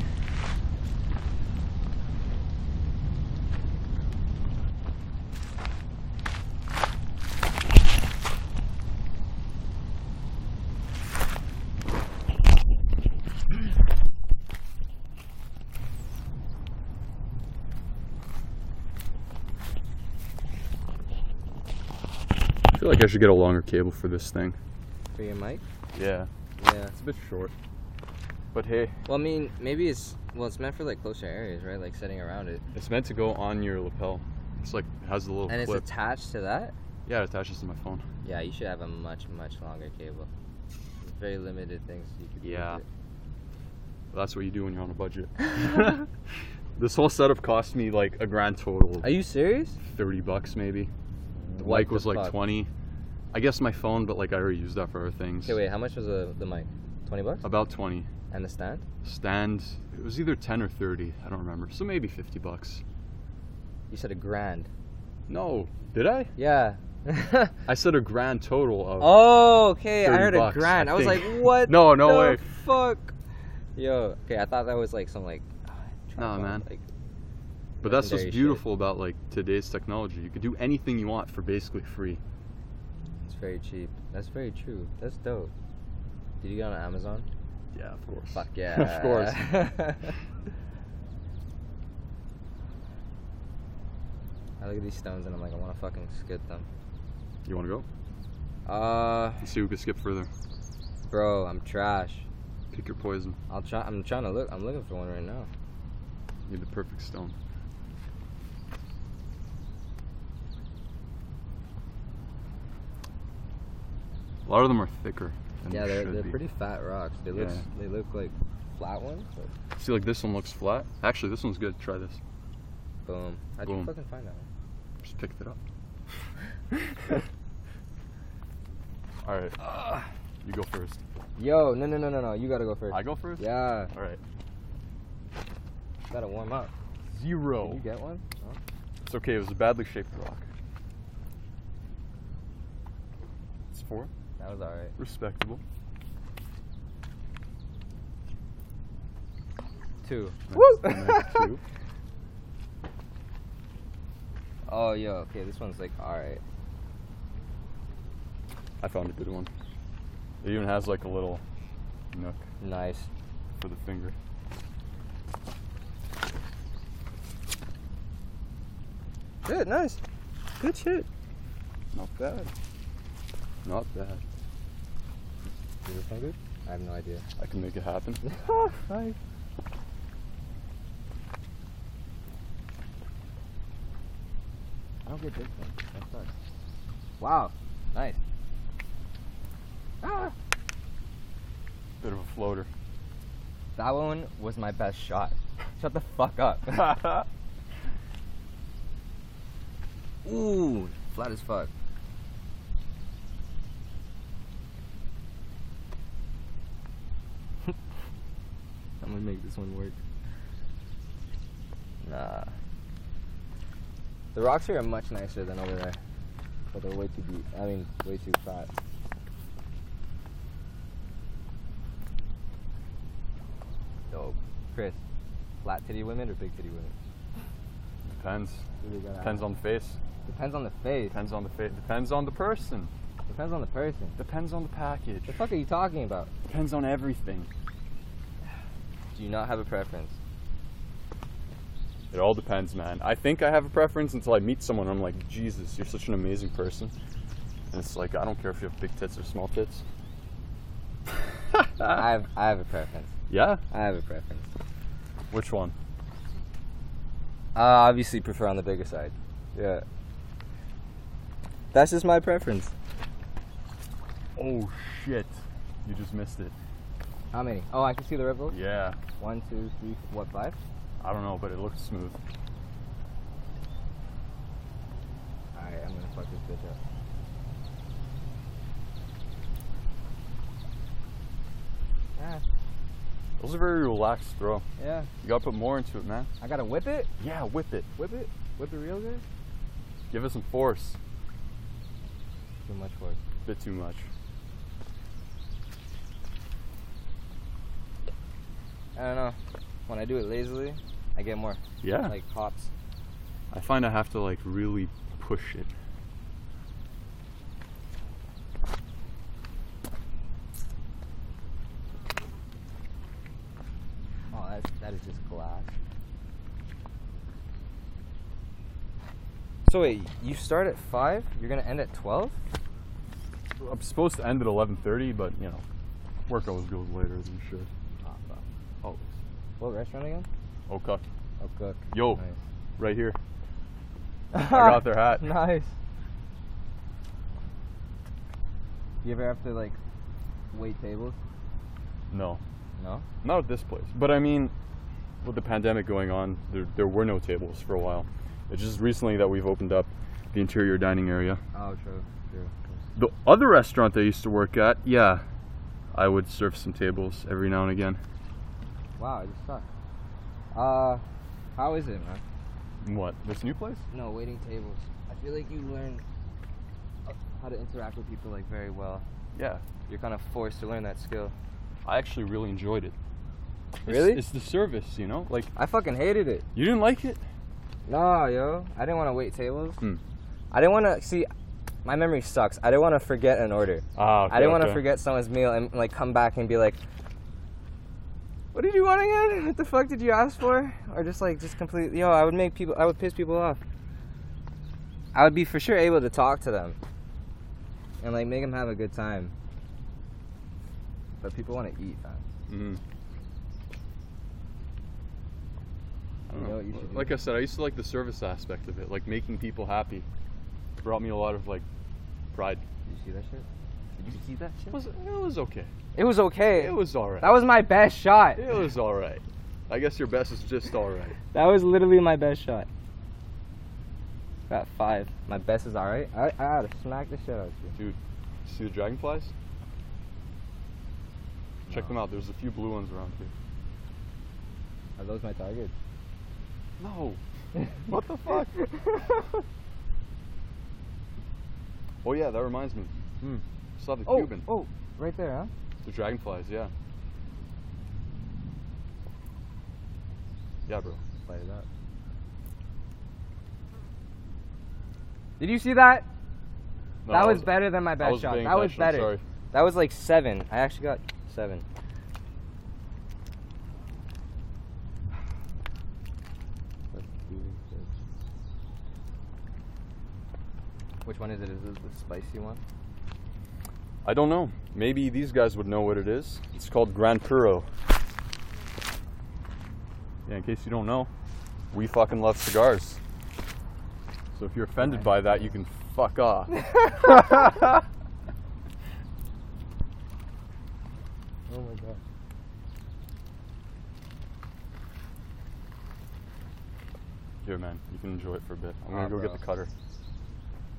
Speaker 2: I feel like I should get a longer cable for this thing.
Speaker 1: For your mic.
Speaker 2: Yeah.
Speaker 1: Yeah.
Speaker 2: It's a bit short. But hey,
Speaker 1: Well, I mean, maybe it's well, it's meant for like closer areas, right? Like sitting around it,
Speaker 2: It's meant to go on your lapel. It's like it has the little
Speaker 1: and it's
Speaker 2: clip.
Speaker 1: attached to that.
Speaker 2: yeah, it attaches to my phone.
Speaker 1: Yeah, you should have a much much longer cable. There's very limited things you could. do with
Speaker 2: Yeah.
Speaker 1: it.
Speaker 2: That's what you do when you're on a budget. this whole setup cost me like a grand total of
Speaker 1: Are you serious?
Speaker 2: thirty bucks maybe. The
Speaker 1: What
Speaker 2: mic
Speaker 1: the
Speaker 2: was like
Speaker 1: fuck?
Speaker 2: twenty. I guess my phone, but like I already used that for other things.
Speaker 1: Okay, wait. How much was the the mic? Twenty bucks.
Speaker 2: About twenty.
Speaker 1: And the stand?
Speaker 2: Stand. It was either ten or thirty. I don't remember. So maybe fifty bucks.
Speaker 1: You said a grand.
Speaker 2: No, did I?
Speaker 1: Yeah.
Speaker 2: I said a grand total of.
Speaker 1: oh, okay. I
Speaker 2: 30
Speaker 1: heard a
Speaker 2: bucks,
Speaker 1: grand.
Speaker 2: I
Speaker 1: I, was like,
Speaker 2: think.
Speaker 1: what?
Speaker 2: No, no
Speaker 1: the
Speaker 2: way.
Speaker 1: Fuck. Yo. Okay, I thought that was like some like.
Speaker 2: Nah,
Speaker 1: tripod,
Speaker 2: man.
Speaker 1: Like,
Speaker 2: But that's what's
Speaker 1: Legendary shit.
Speaker 2: beautiful about like today's technology. You could do anything you want for basically free.
Speaker 1: it's very cheap. That's very true. That's dope. Did you get on Amazon?
Speaker 2: Yeah, of course.
Speaker 1: Fuck yeah.
Speaker 2: of course.
Speaker 1: I look at these stones and I'm like, I want to fucking skip them.
Speaker 2: You want to go?
Speaker 1: Uh,
Speaker 2: Let's see who can skip further.
Speaker 1: bro, I'm trash.
Speaker 2: Pick your poison.
Speaker 1: I'll try. I'm trying to look. I'm looking for one right now.
Speaker 2: You need the perfect stone. A lot of them are thicker. Than
Speaker 1: yeah,
Speaker 2: they
Speaker 1: they're,
Speaker 2: should
Speaker 1: they're
Speaker 2: be.
Speaker 1: pretty fat rocks. They look
Speaker 2: Yeah.
Speaker 1: they look like flat ones. but
Speaker 2: See, like this one looks flat. Actually, this one's good. Try this.
Speaker 1: boom. How'd you
Speaker 2: Boom.
Speaker 1: fucking find that one?
Speaker 2: Just picked it up. All right. You go first.
Speaker 1: Yo, no, no, no, no, no. You gotta go first.
Speaker 2: I go first.
Speaker 1: Yeah,
Speaker 2: All right.
Speaker 1: gotta warm up.
Speaker 2: Zero.
Speaker 1: Did you get one?
Speaker 2: It's okay. It was a badly shaped rock. It's four.
Speaker 1: That was alright.
Speaker 2: Respectable.
Speaker 1: Two.
Speaker 2: Nice. And then two.
Speaker 1: Oh, yo. Okay, this one's like alright.
Speaker 2: I found a good one. It even has like a little nook
Speaker 1: Nice.
Speaker 2: for the finger.
Speaker 1: Good. Nice. Good shit.
Speaker 2: Not bad. Not bad.
Speaker 1: Is this one good? I have no idea.
Speaker 2: I can make it happen.
Speaker 1: nice. I don't get this one. That sucks. Wow. Nice. Ah.
Speaker 2: Bit of a floater.
Speaker 1: That one was my best shot. Shut the fuck up. Ooh, flat as fuck. I'm gonna make this one work. Nah. The rocks here are much nicer than over there, but they're way too deep. I mean, way too fat. Dope. Chris, flat titty women or big titty women?
Speaker 2: Depends.
Speaker 1: Really gotta-
Speaker 2: Depends on the face.
Speaker 1: Depends on the face.
Speaker 2: Depends on the face. Depends on the person.
Speaker 1: Depends on the person.
Speaker 2: Depends on the package.
Speaker 1: The fuck are you talking about?
Speaker 2: Depends on everything.
Speaker 1: Do you not have a preference?
Speaker 2: It all depends, man. I think I have a preference until I meet someone. I'm like, Jesus, you're such an amazing person. And it's like, I don't care if you have big tits or small tits.
Speaker 1: I have I have a preference.
Speaker 2: Yeah?
Speaker 1: I have a preference.
Speaker 2: Which one?
Speaker 1: I obviously prefer on the bigger side. Yeah. That's just my preference.
Speaker 2: Oh, shit. You just missed it.
Speaker 1: How many? Oh, I can see the ripples.
Speaker 2: Yeah.
Speaker 1: One, two, three, four, what, five?
Speaker 2: I don't know, but it looked smooth.
Speaker 1: Alright, I'm gonna fuck this bitch up.
Speaker 2: That was a very relaxed throw.
Speaker 1: Ah, Yeah.
Speaker 2: You gotta put more into it, man.
Speaker 1: I gotta whip it.
Speaker 2: Yeah, whip it.
Speaker 1: Whip it. Whip it real good.
Speaker 2: Give it some force.
Speaker 1: Too much work.
Speaker 2: bit too much.
Speaker 1: I don't know. When I do it lazily, I get more
Speaker 2: Yeah.
Speaker 1: like hops.
Speaker 2: I find I have to like really push it.
Speaker 1: Oh, that, that is just glass. So wait, you start at five. You're gonna end at twelve.
Speaker 2: I'm supposed to end at 11:30, but you know, work always goes later than shit. Oh,
Speaker 1: Ah, What restaurant again?
Speaker 2: okay.
Speaker 1: Oh, Cook.
Speaker 2: Yo,
Speaker 1: Nice.
Speaker 2: right here. I got their hat.
Speaker 1: Nice. You ever have to like wait tables?
Speaker 2: No,
Speaker 1: No.
Speaker 2: not at this place. But I mean, with the pandemic going on, there there were no tables for a while. It's just recently that we've opened up the interior dining area.
Speaker 1: Oh, true, true. true.
Speaker 2: The other restaurant that I used to work at, yeah, I would serve some tables every now and again.
Speaker 1: Wow, I just suck. Uh, how is it, man?
Speaker 2: What? This new place?
Speaker 1: No, waiting tables. I feel like you learn uh, how to interact with people like very well.
Speaker 2: Yeah.
Speaker 1: You're kind of forced to learn that skill.
Speaker 2: I actually really enjoyed it. It's-
Speaker 1: Really?
Speaker 2: It's, the service, you know? Like,
Speaker 1: I fucking hated it.
Speaker 2: you didn't like it?
Speaker 1: Nah, yo, I didn't want to wait tables.
Speaker 2: Hmm.
Speaker 1: I didn't want to see. My memory sucks. I didn't want to forget an order.
Speaker 2: Ah,
Speaker 1: I didn't want to forget someone's meal and like come back and be like, "What did you want again? What the fuck did you ask for?" Or just like just completely, yo, I would make people, I would piss people off. I would be for sure able to talk to them and like make them have a good time. But people want to eat. Man.
Speaker 2: Mm. I don't
Speaker 1: You know
Speaker 2: know.
Speaker 1: what you should do?
Speaker 2: like I said, I used to like the service aspect of it, like making people happy. Brought me a lot of like pride.
Speaker 1: Did you see that shit? Did you see that
Speaker 2: It
Speaker 1: shit?
Speaker 2: was, it was okay.
Speaker 1: It was okay.
Speaker 2: It was all right.
Speaker 1: that was my best shot.
Speaker 2: it was all right. I guess your best is just all right.
Speaker 1: That was literally my best shot. Got five. My best is alright. I, I gotta smack the shit out of you.
Speaker 2: See the dragonflies? Check
Speaker 1: No.
Speaker 2: them out. There's a few blue ones around here.
Speaker 1: Are those my targets?
Speaker 2: No. What the fuck? Oh yeah, that reminds me.
Speaker 1: Hmm.
Speaker 2: Still have the
Speaker 1: oh,
Speaker 2: Cuban.
Speaker 1: oh, right there, huh?
Speaker 2: The dragonflies, yeah. Yeah, bro.
Speaker 1: Light it up. Did you see that?
Speaker 2: No,
Speaker 1: that
Speaker 2: I
Speaker 1: was, better than my
Speaker 2: I
Speaker 1: best
Speaker 2: was
Speaker 1: shot.
Speaker 2: paying
Speaker 1: That was
Speaker 2: attention,
Speaker 1: better.
Speaker 2: Sorry.
Speaker 1: That was like seven. I actually got seven. Which one is it? Is it the spicy one?
Speaker 2: I don't know. Maybe these guys would know what it is. It's called Gran Puro. Yeah, in case you don't know, we fucking love cigars. So if you're offended by that, you can fuck off.
Speaker 1: Oh my god.
Speaker 2: Here, man, you can enjoy it for a bit. I'm gonna
Speaker 1: Ah,
Speaker 2: go
Speaker 1: bro.
Speaker 2: get the cutter.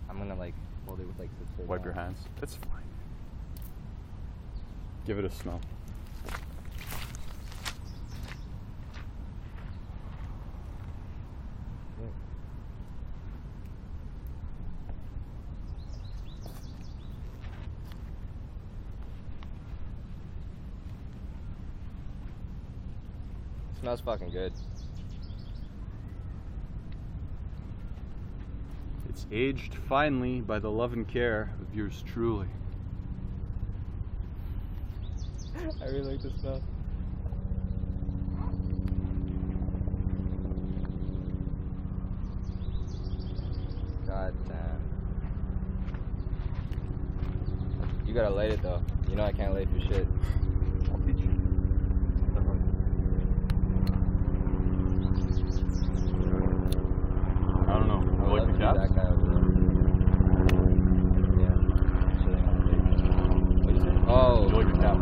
Speaker 1: I'm gonna like hold it with like the third
Speaker 2: Wipe your hands. It's fine. Give it a smell.
Speaker 1: Smells fucking good.
Speaker 2: It's aged finely by the love and care of yours truly.
Speaker 1: I really like the smell. God damn. You gotta light it though. You know I can't light your shit.
Speaker 2: I'll teach you. I don't know. I like the cap.
Speaker 1: That guy over there. Yeah. Sitting on the big-
Speaker 2: You
Speaker 1: Oh,
Speaker 2: like the cap?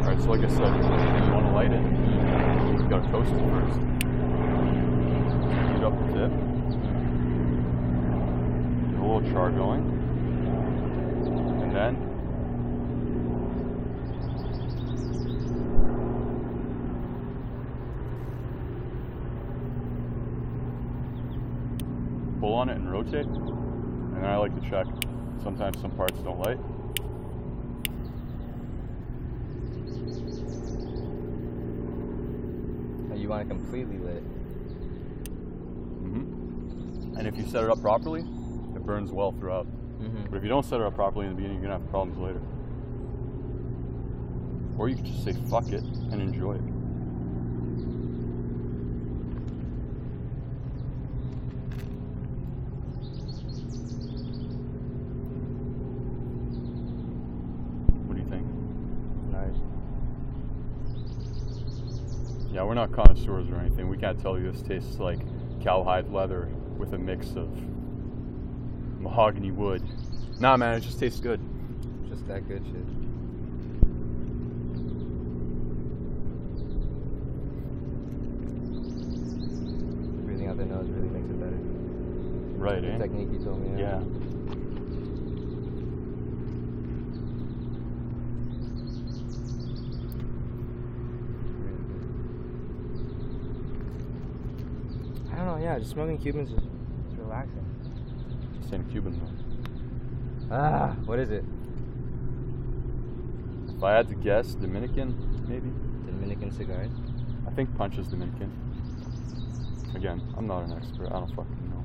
Speaker 2: Alright, so like I said, if you want to light coast it first. Heat up the tip. Get a little char going. And then pull on it and rotate. And then I like to check. Sometimes some parts don't light.
Speaker 1: You want it completely lit.
Speaker 2: hmm And if you set it up properly, it burns well throughout.
Speaker 1: Mm-hmm.
Speaker 2: But if you don't set it up properly in the beginning, you're gonna have problems later. Or you could just say fuck it and enjoy it. What do you think?
Speaker 1: Nice.
Speaker 2: Yeah, we're not connoisseurs or anything. We can't tell you this tastes like cowhide leather with a mix of mahogany wood. Nah, man, it just tastes good.
Speaker 1: Just that good shit. Breathing out the nose really makes it better.
Speaker 2: Right, eh?
Speaker 1: Technique you told me.
Speaker 2: Yeah.
Speaker 1: I don't know. Yeah, just smoking Cubans is it's relaxing.
Speaker 2: Same Cuban though.
Speaker 1: Ah, what is it?
Speaker 2: If I had to guess, Dominican, maybe?
Speaker 1: Dominican cigars.
Speaker 2: I think Punch is Dominican. Again, I'm not an expert. I don't fucking know.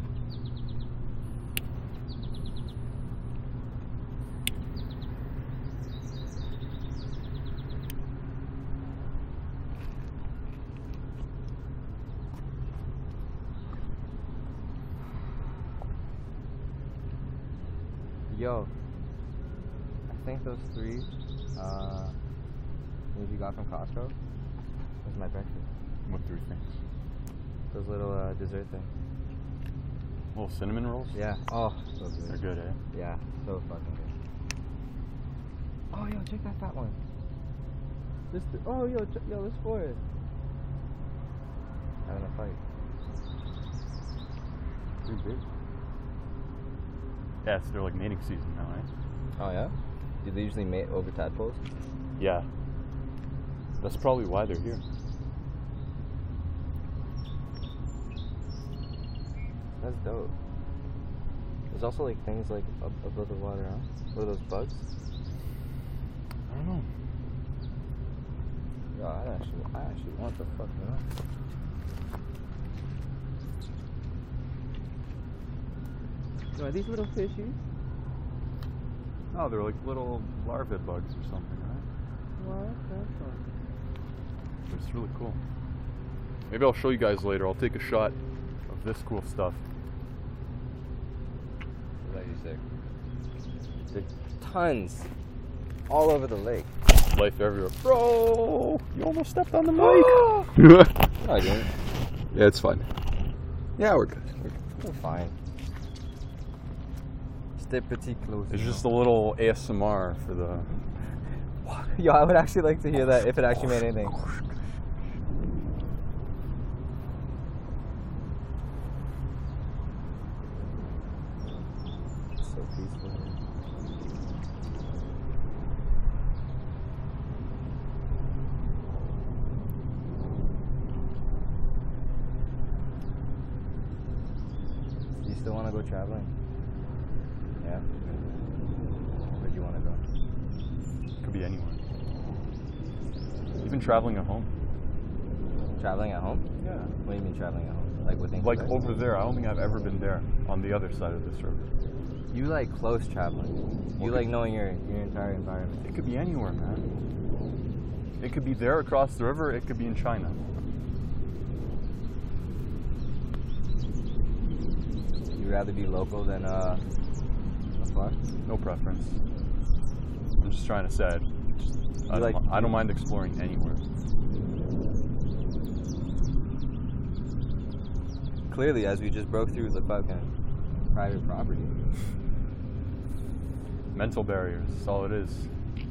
Speaker 1: Yo, I think those three uh, things you got from Costco was my breakfast.
Speaker 2: What three things?
Speaker 1: Those little uh, dessert things.
Speaker 2: Little cinnamon rolls?
Speaker 1: Yeah. Oh, so
Speaker 2: They're
Speaker 1: good.
Speaker 2: good, eh?
Speaker 1: Yeah, so fucking good. Oh, yo, check out that one. This. Th- oh, yo, ch- yo, this forest. Having a fight.
Speaker 2: Pretty big. Yes, they're like mating season now, eh?
Speaker 1: Oh yeah. Do they usually mate over tadpoles?
Speaker 2: Yeah. That's probably why they're here.
Speaker 1: That's dope. There's also like things like up above the water, huh? What are those bugs?
Speaker 2: I don't know.
Speaker 1: Yo, I actually, I actually want the fucking. Up. So are these little fishies?
Speaker 2: No, Oh, they're like little larvae bugs or something, right?
Speaker 1: What? That's one.
Speaker 2: It's really cool. Maybe I'll show you guys later. I'll take a shot of this cool stuff.
Speaker 1: Tons, all over the lake.
Speaker 2: Life everywhere. Bro, you almost stepped on the mic.
Speaker 1: No, I didn't.
Speaker 2: yeah, it's fine. Yeah, we're good.
Speaker 1: We're fine. Stay pretty close.
Speaker 2: It's just a little ASMR for the.
Speaker 1: Yo, I would actually like to hear that if it actually made anything. It's so peaceful. here. Do you still want to go traveling? Yeah. Where do you want to go?
Speaker 2: Could be anywhere. Even traveling at home.
Speaker 1: Traveling at home?
Speaker 2: Yeah.
Speaker 1: What do you mean traveling at home? Like within
Speaker 2: Like
Speaker 1: Quebec?
Speaker 2: over there. I don't think I've ever been there on the other side of this river.
Speaker 1: You like close traveling. You
Speaker 2: Okay.
Speaker 1: like knowing your your entire environment.
Speaker 2: It could be anywhere, man. It could be there across the river. It could be in China.
Speaker 1: You'd rather be local than uh afar.
Speaker 2: No preference. I'm just trying to say. it. I,
Speaker 1: You
Speaker 2: don't,
Speaker 1: like-
Speaker 2: mi- I don't mind exploring anywhere.
Speaker 1: Clearly, as we just broke through the fucking private property.
Speaker 2: Mental barriers. That's all it is.
Speaker 1: I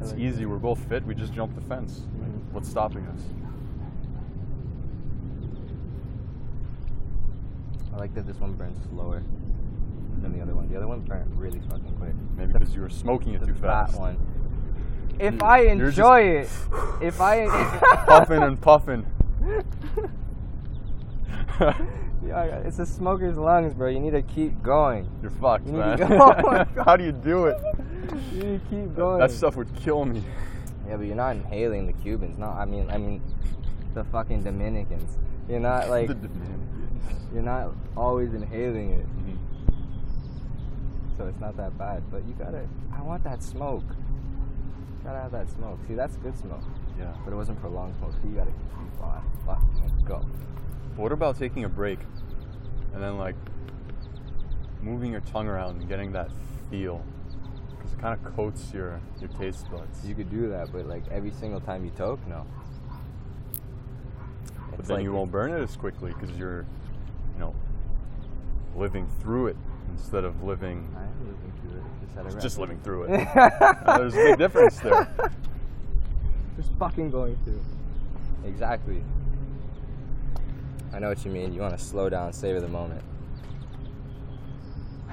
Speaker 2: It's
Speaker 1: like-
Speaker 2: easy. We're both fit. We just jump the fence.
Speaker 1: I like
Speaker 2: What's stopping us?
Speaker 1: I like that this one burns slower than the other one. The other one burnt really fucking quick.
Speaker 2: Maybe because you were smoking it
Speaker 1: The
Speaker 2: too
Speaker 1: fat
Speaker 2: fast.
Speaker 1: one.
Speaker 2: You-
Speaker 4: If I
Speaker 2: you're just-
Speaker 4: enjoy it, if I,
Speaker 2: Puffing and puffing.
Speaker 1: Yeah, it's a smoker's lungs, bro. You need to keep going.
Speaker 2: You're fucked,
Speaker 1: You need
Speaker 2: man.
Speaker 1: to go- Oh my God.
Speaker 2: How do you do it?
Speaker 1: You need to keep going.
Speaker 2: That stuff would kill me.
Speaker 1: Yeah, but you're not inhaling the Cubans. No, I mean, I mean, the fucking Dominicans. You're not like,
Speaker 2: The demand.
Speaker 1: you're not always inhaling it,
Speaker 2: Mhm.
Speaker 1: so it's not that bad. But you gotta, I want that smoke. Gotta have that smoke. See, that's good smoke,
Speaker 2: Yeah.
Speaker 1: but it wasn't prolonged smoke. So you gotta keep on. Fuck, let's go.
Speaker 2: What about taking a break and then like moving your tongue around and getting that feel? Because it kind of coats your, your taste buds.
Speaker 1: You could do that, but like every single time you toke, no.
Speaker 2: but
Speaker 1: It's
Speaker 2: then
Speaker 1: like-
Speaker 2: you won't burn it as quickly because you're, you know, living through it instead of living
Speaker 1: I am living through it. Just had a
Speaker 2: just living through it.
Speaker 1: rep.
Speaker 2: There's a big difference there.
Speaker 4: just fucking going through.
Speaker 1: Exactly. I know what you mean. You want to slow down, savor the moment.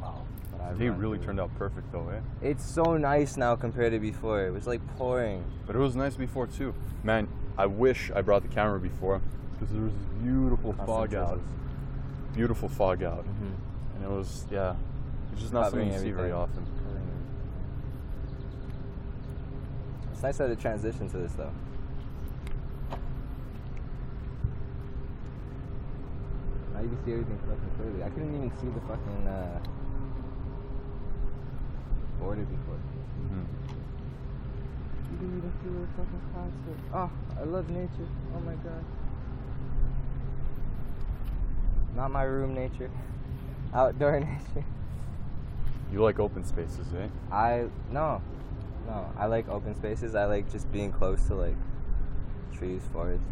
Speaker 1: Wow, but I
Speaker 2: They
Speaker 1: run
Speaker 2: really
Speaker 1: through
Speaker 2: turned out perfect though, eh?
Speaker 1: it. It's so nice now compared to before. It was like pouring.
Speaker 2: But it was nice before too. Man, I wish I brought the camera before because there was this beautiful fog
Speaker 1: Constant
Speaker 2: out. Beautiful fog out.
Speaker 1: Mhm.
Speaker 2: And it was, yeah, it's just not
Speaker 1: Covering
Speaker 2: something you see very
Speaker 1: everything.
Speaker 2: often.
Speaker 1: It's nice how the transition to this though. Now you can see everything fucking clearly. I couldn't even see the fucking uh, border before. You can even see where the fucking clouds are. Oh, I love nature. Oh my god. Not my room nature. Outdoor nature.
Speaker 2: You like open spaces, eh?
Speaker 1: I no, no. I like open spaces. I like just being close to like trees, forests,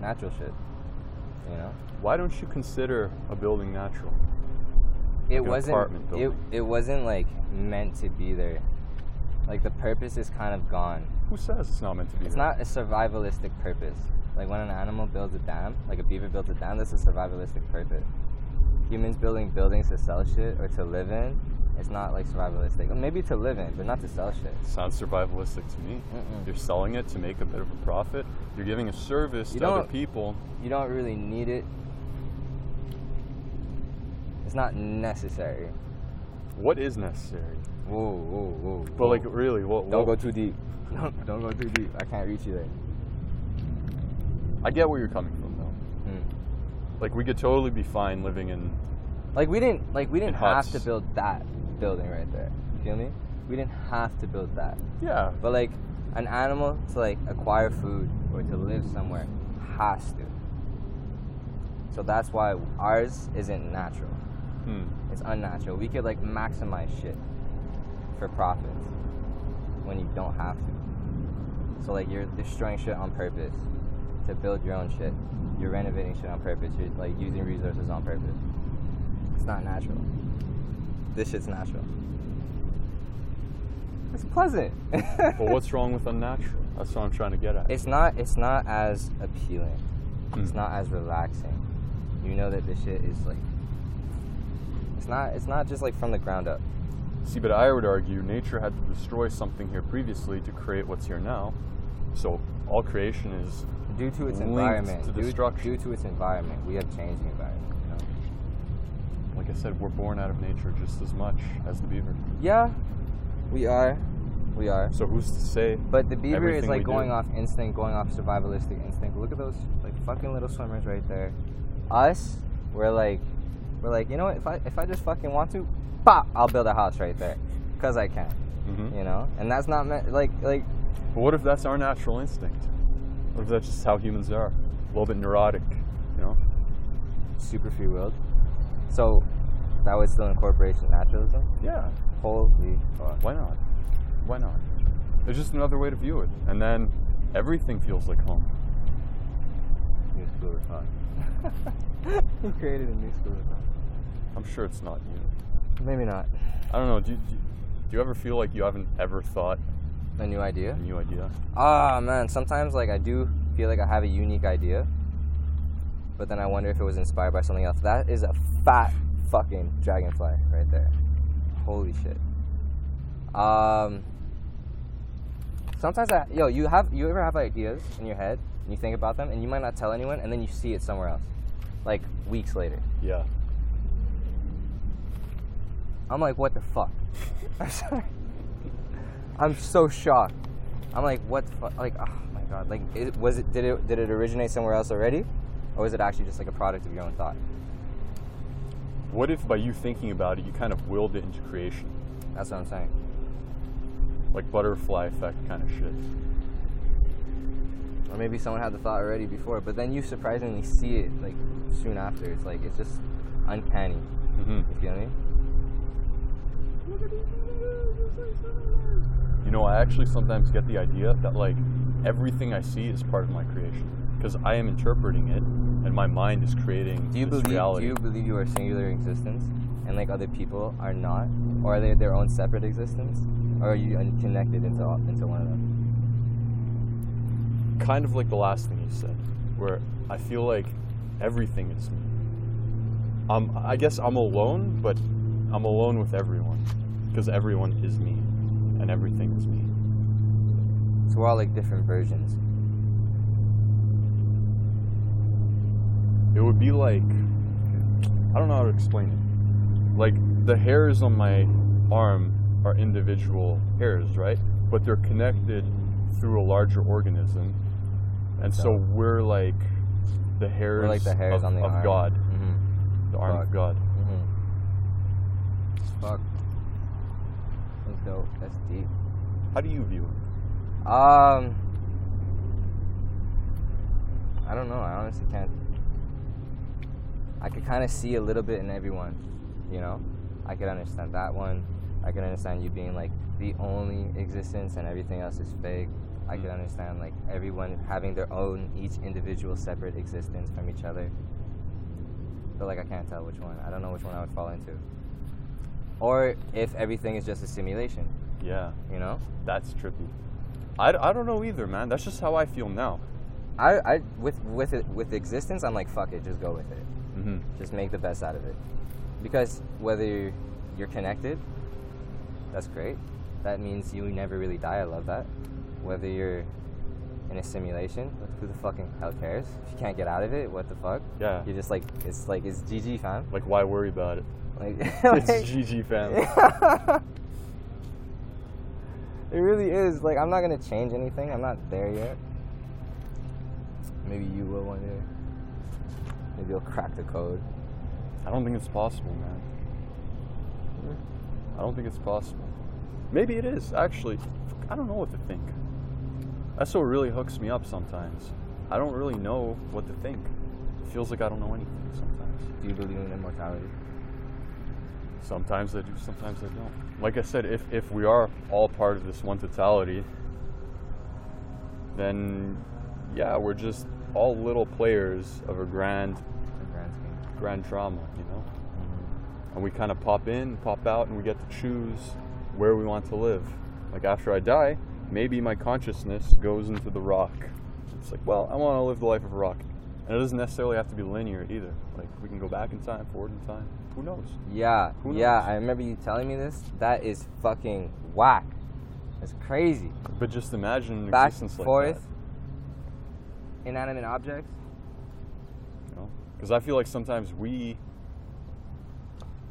Speaker 1: natural shit. You know,
Speaker 2: Why don't you consider a building natural?
Speaker 1: it
Speaker 2: an
Speaker 1: wasn't. It
Speaker 2: apartment building.
Speaker 1: it wasn't like meant to be there. Like the purpose is kind of gone.
Speaker 2: Who says it's not meant to be?
Speaker 1: It's
Speaker 2: there?
Speaker 1: not a survivalistic purpose. Like when an animal builds a dam, like a beaver builds a dam, that's a survivalistic purpose. Humans building buildings to sell shit or to live in, it's not like survivalistic. Or maybe to live in, but not to sell shit.
Speaker 2: Sounds survivalistic to me.
Speaker 1: Mm-mm.
Speaker 2: You're selling it to make a bit of a profit. You're giving a service
Speaker 1: You
Speaker 2: to other
Speaker 1: don't-
Speaker 2: people.
Speaker 1: You don't really need it. It's not necessary.
Speaker 2: What is necessary?
Speaker 1: Whoa, whoa, whoa.
Speaker 2: But like,
Speaker 1: whoa.
Speaker 2: really, what?
Speaker 1: don't go
Speaker 2: what-
Speaker 1: too deep. Don't, don't go too deep. I can't reach you there.
Speaker 2: I get where you're coming from, though.
Speaker 1: Mm.
Speaker 2: Like, we could totally be fine living in
Speaker 1: Like we didn't like we didn't
Speaker 2: It
Speaker 1: have to
Speaker 2: helps.
Speaker 1: build that building right there. You feel me? We didn't have to build that.
Speaker 2: Yeah,
Speaker 1: But like an animal to like acquire food or to live somewhere has to. So that's why ours isn't natural.
Speaker 2: hmm.
Speaker 1: It's unnatural. We could like maximize shit for profits when you don't have to. So like you're destroying shit on purpose to build your own shit. You're renovating shit on purpose. You're like using resources on purpose. It's not natural. This shit's natural. It's pleasant.
Speaker 2: But what's wrong with unnatural? That's what I'm trying to get at.
Speaker 1: It's not. It's not as appealing. It's
Speaker 2: Mm.
Speaker 1: not as relaxing. You know that this shit is like. It's not. It's not just like from the ground up.
Speaker 2: See, but I would argue nature had to destroy something here previously to create what's here now. So all creation is
Speaker 1: Due to its
Speaker 2: Linked
Speaker 1: environment.
Speaker 2: to
Speaker 1: due,
Speaker 2: destruction.
Speaker 1: due to its environment, we have changed the environment. you know?
Speaker 2: like I said, we're born out of nature just as much as the beaver.
Speaker 1: Yeah, we are. We are.
Speaker 2: So who's to say?
Speaker 1: But the beaver is
Speaker 2: Everything
Speaker 1: like
Speaker 2: we
Speaker 1: going
Speaker 2: do.
Speaker 1: off instinct, going off survivalistic instinct. Look at those like fucking little swimmers right there. Us, we're like, we're like, you know what? If I if I just fucking want to, pop, I'll build a house right there, cause I can.
Speaker 2: Mhm.
Speaker 1: You know, and that's not meant like like
Speaker 2: But what if that's our natural instinct? What if that's just how humans are? A little bit neurotic, you know?
Speaker 1: super free willed. So that would still incorporate some naturalism.
Speaker 2: Yeah.
Speaker 1: Holy fuck.
Speaker 2: Why not? Why not? It's just another way to view it. And then everything feels like home.
Speaker 1: New school of thought. he created a new school of thought.
Speaker 2: I'm sure it's not you.
Speaker 1: Maybe not.
Speaker 2: I don't know. Do you, do, you, do you ever feel like you haven't ever thought
Speaker 1: A new idea?
Speaker 2: a new idea?
Speaker 1: Ah, man. Sometimes, like, I do feel like I have a unique idea, but then I wonder if it was inspired by something else. That is a fat fucking dragonfly right there. Holy shit. Um. Sometimes I, yo, you have, you ever have ideas in your head and you think about them and you might not tell anyone and then you see it somewhere else, like weeks later.
Speaker 2: Yeah.
Speaker 1: I'm like, what the fuck? I'm sorry. I'm so shocked. I'm like, what the fuck? Like, oh my god. Like, it, was it? Did it? Did it originate somewhere else already, or was it actually just like a product of your own thought?
Speaker 2: What if by you thinking about it, you kind of willed it into creation,
Speaker 1: That's what I'm saying.
Speaker 2: like butterfly effect kind of shit?
Speaker 1: Or maybe someone had the thought already before, but then you surprisingly see it like soon after. It's like it's just uncanny.
Speaker 2: Mm-hmm.
Speaker 1: You feel me?
Speaker 2: You know, I actually sometimes get the idea that like everything I see is part of my creation because I am interpreting it, and my mind is creating
Speaker 1: Do you
Speaker 2: this
Speaker 1: believe?
Speaker 2: reality.
Speaker 1: Do you believe you are singular existence, and like other people are not, or are they their own separate existence, or are you unconnected into all, into one of them?
Speaker 2: Kind of like the last thing you said, where I feel like everything is me. Um, I guess I'm alone, but I'm alone with everyone because everyone is me, and everything is me.
Speaker 1: So we're all like different versions.
Speaker 2: It would be like I don't know how to explain it. Like the hairs on my arm are individual hairs, right? But they're connected through a larger organism. And so,
Speaker 1: So-
Speaker 2: we're like the hairs,
Speaker 1: We're like the hairs
Speaker 2: of,
Speaker 1: on the
Speaker 2: of
Speaker 1: arm.
Speaker 2: God,
Speaker 1: Mm-hmm.
Speaker 2: the arm of
Speaker 1: Fuck.
Speaker 2: God.
Speaker 1: Mm-hmm. Fuck. That's dope. That's deep.
Speaker 2: How do you view it?
Speaker 1: Um. I don't know. I honestly can't. I could kind of see a little bit in everyone, you know. I could understand that one. I could understand you being like the only existence and everything else is fake. I could understand like everyone having their own, each individual separate existence from each other. But like I can't tell which one. I don't know which one I would fall into. Or if everything is just a simulation,
Speaker 2: Yeah,
Speaker 1: you know.
Speaker 2: that's trippy. I, I don't know either, man. That's just how I feel now.
Speaker 1: I, I with with it with existence, I'm like fuck it, just go with it,
Speaker 2: Mm-hmm.
Speaker 1: just make the best out of it, because whether you're, you're connected, that's great. That means you never really die. I love that. Whether you're in a simulation, who the fucking hell cares? If you can't get out of it, what the fuck?
Speaker 2: Yeah.
Speaker 1: You're just like it's like it's GG fam.
Speaker 2: Like, why worry about it?
Speaker 1: Like,
Speaker 2: It's
Speaker 1: like-
Speaker 2: GG fam.
Speaker 1: it really is. Like, I'm not gonna change anything. I'm not there yet. Maybe you will one day. Maybe you'll crack the code.
Speaker 2: I don't think it's possible, man. I don't think it's possible. Maybe it is, actually. I don't know what to think. That's what really hooks me up sometimes. I don't really know what to think. It feels like I don't know anything sometimes.
Speaker 1: Do you believe in immortality?
Speaker 2: Sometimes I do, sometimes I don't. Like I said, if, if we are all part of this one totality, then yeah, we're just all little players of a grand,
Speaker 1: In the grand scheme.
Speaker 2: grand drama, you know? and we kind of pop in, pop out, and we get to choose where we want to live. Like after I die, maybe my consciousness goes into the rock. It's like, well, I want to live the life of a rock, and it doesn't necessarily have to be linear either. Like we can go back in time, forward in time. Who knows?
Speaker 1: Yeah,
Speaker 2: Who
Speaker 1: yeah.
Speaker 2: knows?
Speaker 1: I remember you telling me this. That is fucking whack. That's crazy.
Speaker 2: But just imagine an
Speaker 1: Back and
Speaker 2: existence like
Speaker 1: forth.
Speaker 2: that.
Speaker 1: Inanimate objects.
Speaker 2: you know? Because I feel like sometimes we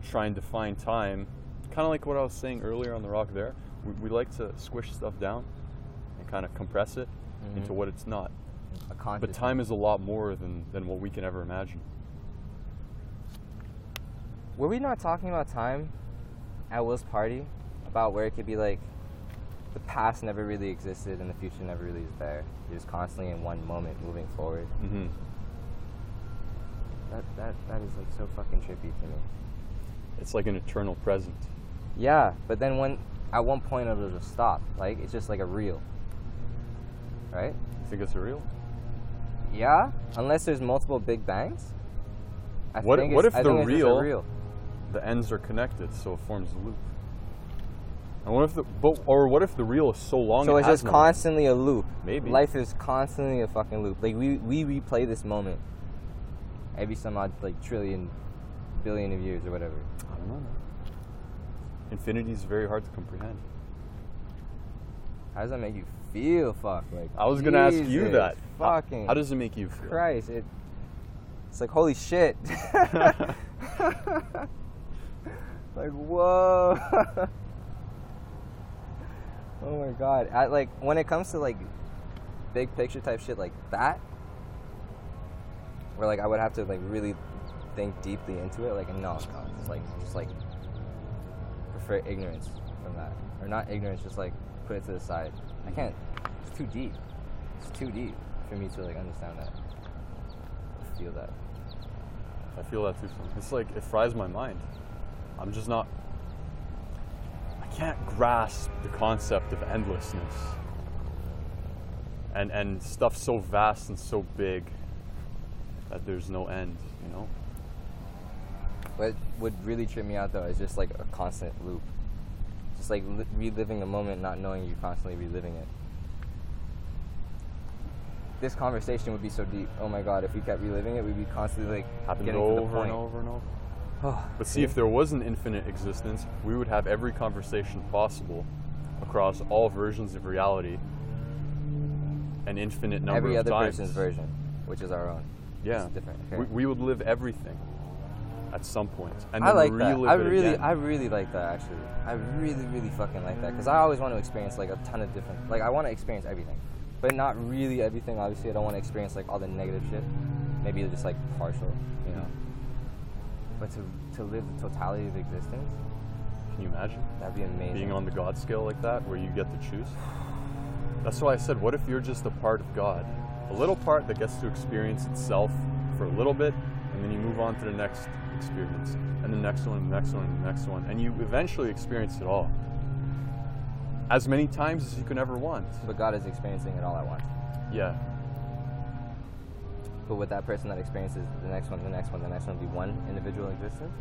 Speaker 2: try and define time, kind of like what I was saying earlier on the rock there. We, we like to squish stuff down and kind of compress it
Speaker 1: Mm-hmm.
Speaker 2: into what it's not.
Speaker 1: A conscious.
Speaker 2: But time is a lot more than, than what we can ever imagine.
Speaker 1: Were we not talking about time at Will's party? About where it could be like the past never really existed and the future never really is there. You're just constantly in one moment moving forward.
Speaker 2: Mm-hmm.
Speaker 1: That that that is like so fucking trippy to me.
Speaker 2: It's like an eternal present.
Speaker 1: Yeah, but then when at one point it'll just stop. Like it's just like a reel. Right?
Speaker 2: You think it's real?
Speaker 1: Yeah? Unless there's multiple big bangs. I
Speaker 2: What-
Speaker 1: think
Speaker 2: what
Speaker 1: it's-
Speaker 2: if
Speaker 1: I
Speaker 2: the
Speaker 1: think it's just a
Speaker 2: reel-
Speaker 1: reel?
Speaker 2: the ends are connected, so it forms a loop. And what if the but, or what if the reel is so long?
Speaker 1: So
Speaker 2: it
Speaker 1: it's
Speaker 2: has
Speaker 1: just
Speaker 2: no-
Speaker 1: constantly a loop.
Speaker 2: Maybe.
Speaker 1: Life is constantly a fucking loop. Like we we replay this moment every some odd like trillion billion of years or whatever.
Speaker 2: I don't know. man. Infinity is very hard to comprehend.
Speaker 1: How does that make you feel? Fuck. Like
Speaker 2: I was gonna ask you
Speaker 1: Jesus
Speaker 2: that. How-
Speaker 1: Fucking
Speaker 2: How, does it make you feel?
Speaker 1: Christ! It it's like holy shit. like whoa. oh my god! I like when it comes to like big picture type shit like that, where like I would have to like really think deeply into it. Like no, no, it's like just like prefer ignorance from that, or not ignorance, just like put it to the side. I can't. It's too deep. It's too deep for me to like understand that, feel that.
Speaker 2: I feel that too. Sometimes. It's like it fries my mind. I'm just not. I can't grasp the concept of endlessness. And and stuff so vast and so big that there's no end. You know.
Speaker 1: What would really trip me out though is just like a constant loop. Just like li- reliving a moment, not knowing you're constantly reliving it. This conversation would be so deep. Oh my god, if we kept reliving it, we'd be constantly like
Speaker 2: Happens
Speaker 1: getting to the
Speaker 2: over
Speaker 1: point.
Speaker 2: and over and over.
Speaker 1: Oh,
Speaker 2: But see, if there was an infinite existence, we would have every conversation possible across all versions of reality. An infinite number
Speaker 1: every
Speaker 2: of
Speaker 1: other
Speaker 2: times.
Speaker 1: person's version, which is our own.
Speaker 2: Yeah.
Speaker 1: It's different.
Speaker 2: We, we would live everything at some point, and
Speaker 1: I
Speaker 2: then
Speaker 1: like that.
Speaker 2: relive
Speaker 1: I
Speaker 2: it
Speaker 1: really,
Speaker 2: again.
Speaker 1: I really like that actually. I really, really fucking like that because I always want to experience like a ton of different. Like I want to experience everything, but not really everything. Obviously, I don't want to experience like all the negative shit. Maybe just like partial, you know. But to to live the totality of existence,
Speaker 2: Can you imagine
Speaker 1: that'd be amazing.
Speaker 2: being on the God scale like that, where you get to choose? That's why I said, what if you're just a part of God, a little part that gets to experience itself for a little bit, and then you move on to the next experience, and the next one, and the next one, and the next one, and you eventually experience it all, as many times as you can ever want.
Speaker 1: but God is experiencing it all at once.
Speaker 2: Yeah,
Speaker 1: But with that person that experiences the next one, the next one, the next one, be one individual existence.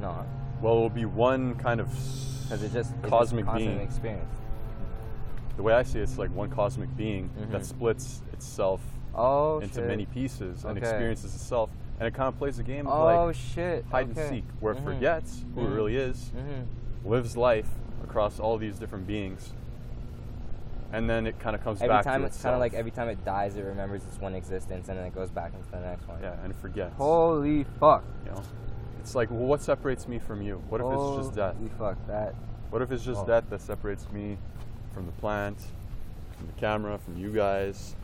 Speaker 1: No,
Speaker 2: well, it'll be one kind of
Speaker 1: because it's just it's just
Speaker 2: cosmic
Speaker 1: constant
Speaker 2: being.
Speaker 1: experience.
Speaker 2: The way I see it, it's like one cosmic being
Speaker 1: Mhm.
Speaker 2: that splits itself
Speaker 1: Oh
Speaker 2: into
Speaker 1: shit.
Speaker 2: many pieces and
Speaker 1: Okay.
Speaker 2: experiences itself, and it kind of plays a game of
Speaker 1: Oh
Speaker 2: like
Speaker 1: shit!
Speaker 2: hide
Speaker 1: okay.
Speaker 2: and seek, where
Speaker 1: Mhm.
Speaker 2: it forgets who
Speaker 1: Mhm.
Speaker 2: it really is,
Speaker 1: Mhm.
Speaker 2: lives life across all these different beings, and then it kind of comes
Speaker 1: Every
Speaker 2: back.
Speaker 1: time
Speaker 2: to
Speaker 1: it's kind of
Speaker 2: itself.
Speaker 1: like every time it dies, it remembers its one existence and then it goes back into the next one.
Speaker 2: yeah, and it forgets.
Speaker 1: Holy fuck!
Speaker 2: You know, it's like, well, what separates me from you? What if it's just death?
Speaker 1: Holy fuck that.
Speaker 2: What if it's just
Speaker 1: Oh.
Speaker 2: that that separates me from the plant, from the camera, from you guys?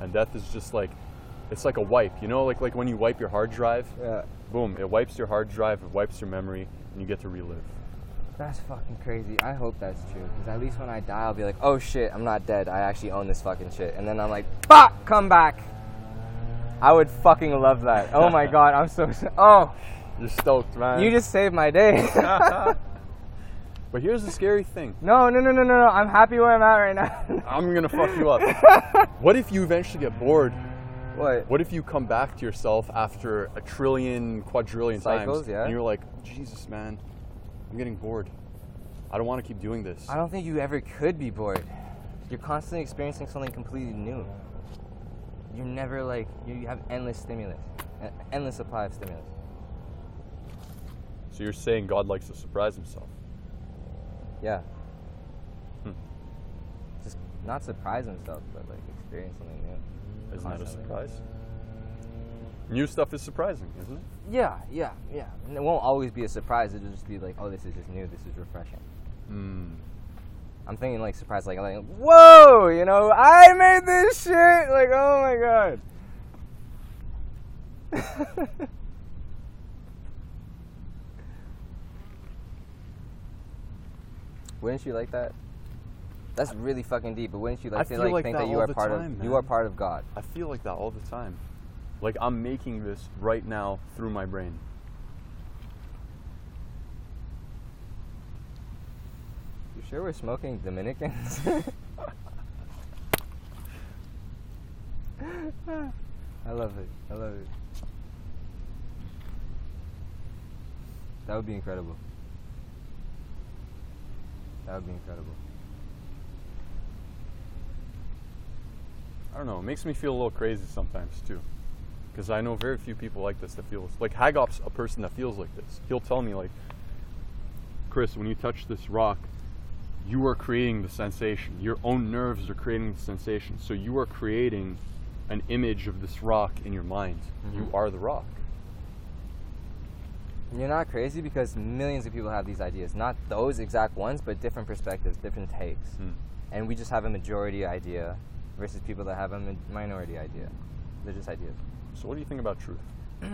Speaker 2: And death is just like, it's like a wipe, you know, like like when you wipe your hard drive,
Speaker 1: Yeah,
Speaker 2: boom, it wipes your hard drive, it wipes your memory, and you get to relive.
Speaker 1: that's fucking crazy. I hope that's true because at least when I die, I'll be like, oh shit, I'm not dead. I actually own this fucking shit. And then I'm like, fuck, come back. I would fucking love that. Oh my god, I'm so. Oh,
Speaker 2: You're stoked, man.
Speaker 1: you just saved my day.
Speaker 2: but here's the scary thing.
Speaker 1: no, no, no, no, no, no. I'm happy where I'm at right now.
Speaker 2: I'm gonna fuck you up. what if you eventually get bored?
Speaker 1: what?
Speaker 2: What if you come back to yourself after a trillion, quadrillion
Speaker 1: Cycles,
Speaker 2: times,
Speaker 1: yeah.
Speaker 2: and you're like, Jesus, man, I'm getting bored. I don't want to keep doing this.
Speaker 1: I don't think you ever could be bored. You're constantly experiencing something completely new. You're never like you you have endless stimulus, an endless supply of stimulus.
Speaker 2: So you're saying God likes to surprise himself?
Speaker 1: Yeah.
Speaker 2: Hmm.
Speaker 1: Just not surprise himself, but like experience something new.
Speaker 2: Isn't that a
Speaker 1: Constantly.
Speaker 2: surprise? New stuff is surprising, isn't it?
Speaker 1: Yeah, yeah, yeah. And it won't always be a surprise. It'll just be like, oh, this is just new. This is refreshing.
Speaker 2: Hmm.
Speaker 1: I'm thinking like surprise, like like whoa, you know, I made this shit. Like oh my god. wouldn't you like that? That's really fucking deep. But wouldn't you
Speaker 2: I
Speaker 1: like to
Speaker 2: feel
Speaker 1: like,
Speaker 2: like
Speaker 1: think
Speaker 2: that
Speaker 1: that you
Speaker 2: all
Speaker 1: are
Speaker 2: the
Speaker 1: part
Speaker 2: time,
Speaker 1: of you
Speaker 2: man.
Speaker 1: are part of God?
Speaker 2: I feel like that all the time. Like I'm making this right now through my brain.
Speaker 1: You sure we're smoking Dominicans? I love it. I love it. That would be incredible. That would be incredible.
Speaker 2: I don't know. It makes me feel a little crazy sometimes too, because I know very few people like this that feels like Hagop's a person that feels like this. He'll tell me like, Chris, when you touch this rock, you are creating the sensation. Your own nerves are creating the sensation. So you are creating an image of this rock in your mind. You are the rock.
Speaker 1: You're not crazy because millions of people have these ideas. Not those exact ones, but different perspectives, different takes.
Speaker 2: Hmm.
Speaker 1: And we just have a majority idea versus people that have a mi- minority idea. They're just ideas.
Speaker 2: So what do you think about truth? you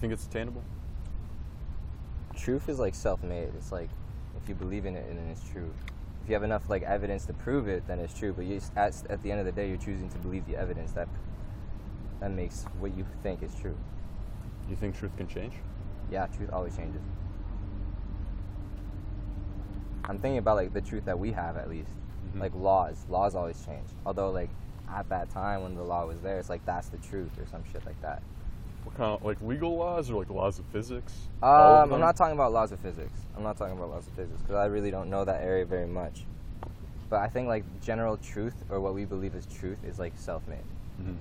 Speaker 2: think it's attainable?
Speaker 1: Truth is like self made. It's like if you believe in it, then it's true. If you have enough like evidence to prove it, then it's true. But you, at, at the end of the day, you're choosing to believe the evidence that that makes what you think is true.
Speaker 2: You think truth can change?
Speaker 1: Yeah, truth always changes. I'm thinking about like the truth that we have at least.
Speaker 2: Mhm.
Speaker 1: Like laws. Laws always change. Although like at that time when the law was there, it's like that's the truth or some shit like that.
Speaker 2: What kind of like legal laws or like laws of physics? All of
Speaker 1: Um, I'm
Speaker 2: them?
Speaker 1: not talking about laws of physics. I'm not talking about laws of physics because I really don't know that area very much. But I think like general truth or what we believe is truth is like self-made.
Speaker 2: Mhm.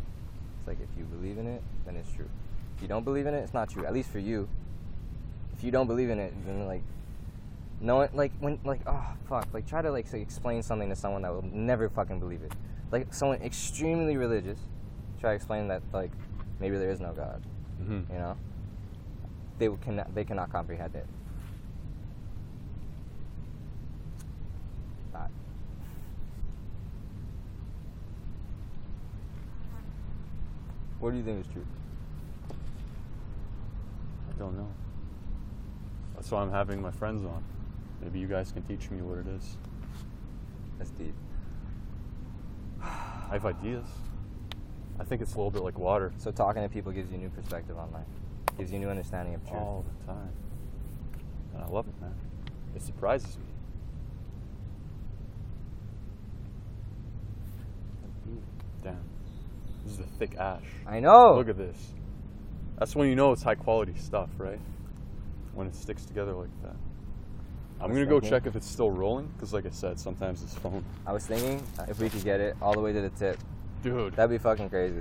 Speaker 1: It's like if you believe in it, then it's true. If you don't believe in it, it's not true. At least for you. If you don't believe in it, then like no one like when like oh fuck like try to like say, explain something to someone that will never fucking believe it. Like someone extremely religious, try to explain that like maybe there is no god.
Speaker 2: Mhm.
Speaker 1: You know, they will- cannot they cannot comprehend it. Not. What do you think is true?
Speaker 2: I don't know. That's why I'm having my friends on. Maybe you guys can teach me what it is.
Speaker 1: That's deep.
Speaker 2: I have ideas. I think it's a little bit like water.
Speaker 1: So talking to people gives you new perspective on life, gives you new understanding of truth.
Speaker 2: all the time. And I love it, man. It surprises me. Damn. This is the thick ash.
Speaker 1: I know.
Speaker 2: Look at this. That's when you know it's high quality stuff, right? When it sticks together like that. I'm
Speaker 1: What's
Speaker 2: gonna go
Speaker 1: that,
Speaker 2: check if it's still rolling, because like I said, sometimes this phone.
Speaker 1: I was thinking if we could get it all the way to the tip,
Speaker 2: Dude.
Speaker 1: that'd be fucking crazy.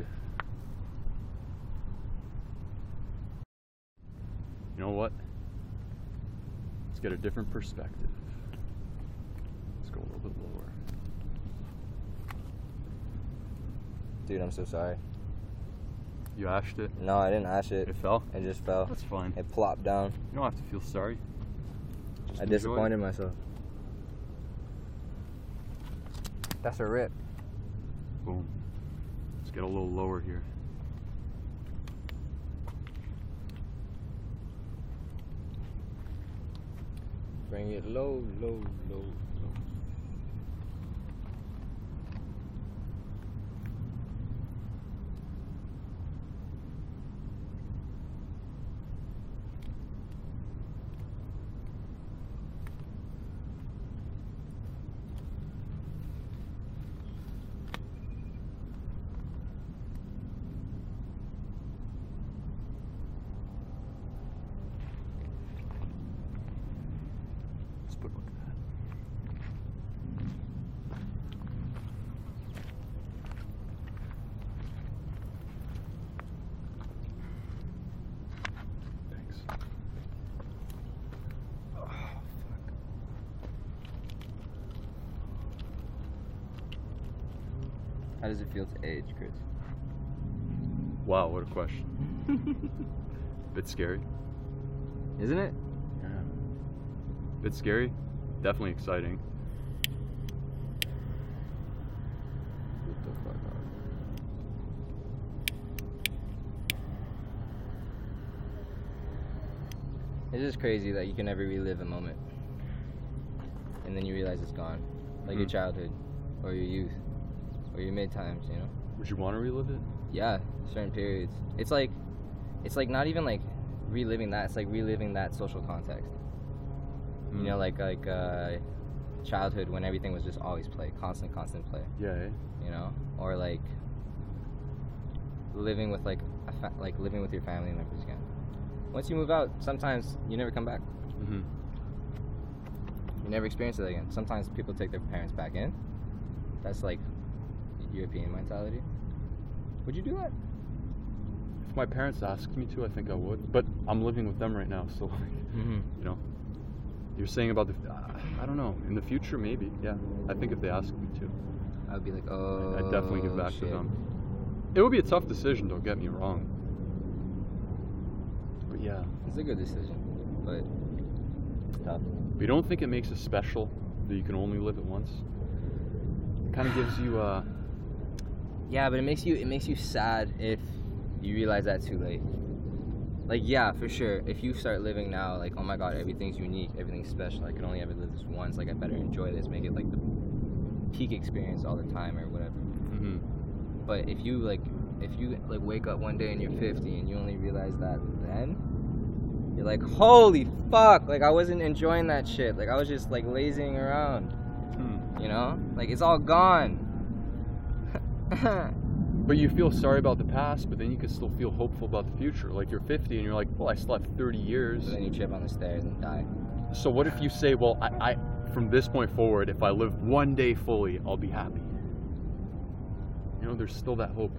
Speaker 2: You know what? Let's get a different perspective. Let's go a little bit lower.
Speaker 1: Dude, I'm so sorry.
Speaker 2: You ashed it.
Speaker 1: No, I didn't ash it.
Speaker 2: It fell.
Speaker 1: It just fell.
Speaker 2: That's fine.
Speaker 1: It plopped down.
Speaker 2: You don't have to feel sorry. Just
Speaker 1: I
Speaker 2: enjoy it.
Speaker 1: disappointed myself. That's a rip.
Speaker 2: Boom. Let's get a little lower here.
Speaker 5: Bring it low, low, low, low.
Speaker 2: Let's put like that. Thanks. Oh, fuck.
Speaker 1: How does it feel to age, Chris?
Speaker 2: Wow, what a question. Bit scary.
Speaker 1: Isn't it?
Speaker 2: Yeah. Bit scary. Definitely exciting.
Speaker 1: What the fuck are- It's just crazy that you can never relive a moment. And then you realize it's gone. Like
Speaker 5: Hmm.
Speaker 1: your
Speaker 2: Mhm.
Speaker 1: childhood, or your youth, or your mid times, you know?
Speaker 2: Would you want to relive it?
Speaker 1: Yeah, certain periods. It's like, it's like not even like reliving that, it's like reliving that social context. You
Speaker 2: Mm.
Speaker 5: Hmm.
Speaker 1: know, like like uh, childhood when everything was just always play, constant, constant play.
Speaker 2: Yeah. eh?
Speaker 1: You know, or like living with like a fa- like living with your family members again. Once you move out, sometimes you never come back.
Speaker 2: Mm-hmm.
Speaker 1: You never experience it again. Sometimes people take their parents back in. That's like European mentality. Would you do that?
Speaker 2: If my parents asked me to, I think I would. But I'm living with them right now, so like,
Speaker 1: Mm-hmm.
Speaker 2: you know, you're saying about the. uh, I don't know. In the future, maybe. Yeah, I think if they asked me to.
Speaker 1: I would be like, oh.
Speaker 2: I definitely give back to
Speaker 1: shit."
Speaker 2: them. It would be a tough decision, don't get me wrong. But yeah,
Speaker 1: It's a good decision, but tough.
Speaker 2: we don't think it makes it special that you can only live it once. It kind of gives you uh
Speaker 1: Yeah, but it makes you it makes you sad if you realize that too late. Like yeah, for sure. If you start living now, like oh my god, everything's unique, everything's special. I can only ever live this once. Like I better enjoy this, make it like the peak experience all the time or whatever.
Speaker 2: mhm.
Speaker 1: But if you like, if you like wake up one day and you're 50 and you only realize that then, you're like, holy fuck! Like I wasn't enjoying that shit. Like I was just like lazing around.
Speaker 2: Hmm.
Speaker 1: You know, like it's all gone.
Speaker 2: But you feel sorry about the past, but then you can still feel hopeful about the future. Like you're 50 and you're like, well, I slept 30 years.
Speaker 1: So then you trip on the stairs and die.
Speaker 2: So what if you say, well, I, I from this point forward, if I live one day fully, I'll be happy. You know, there's still that hope.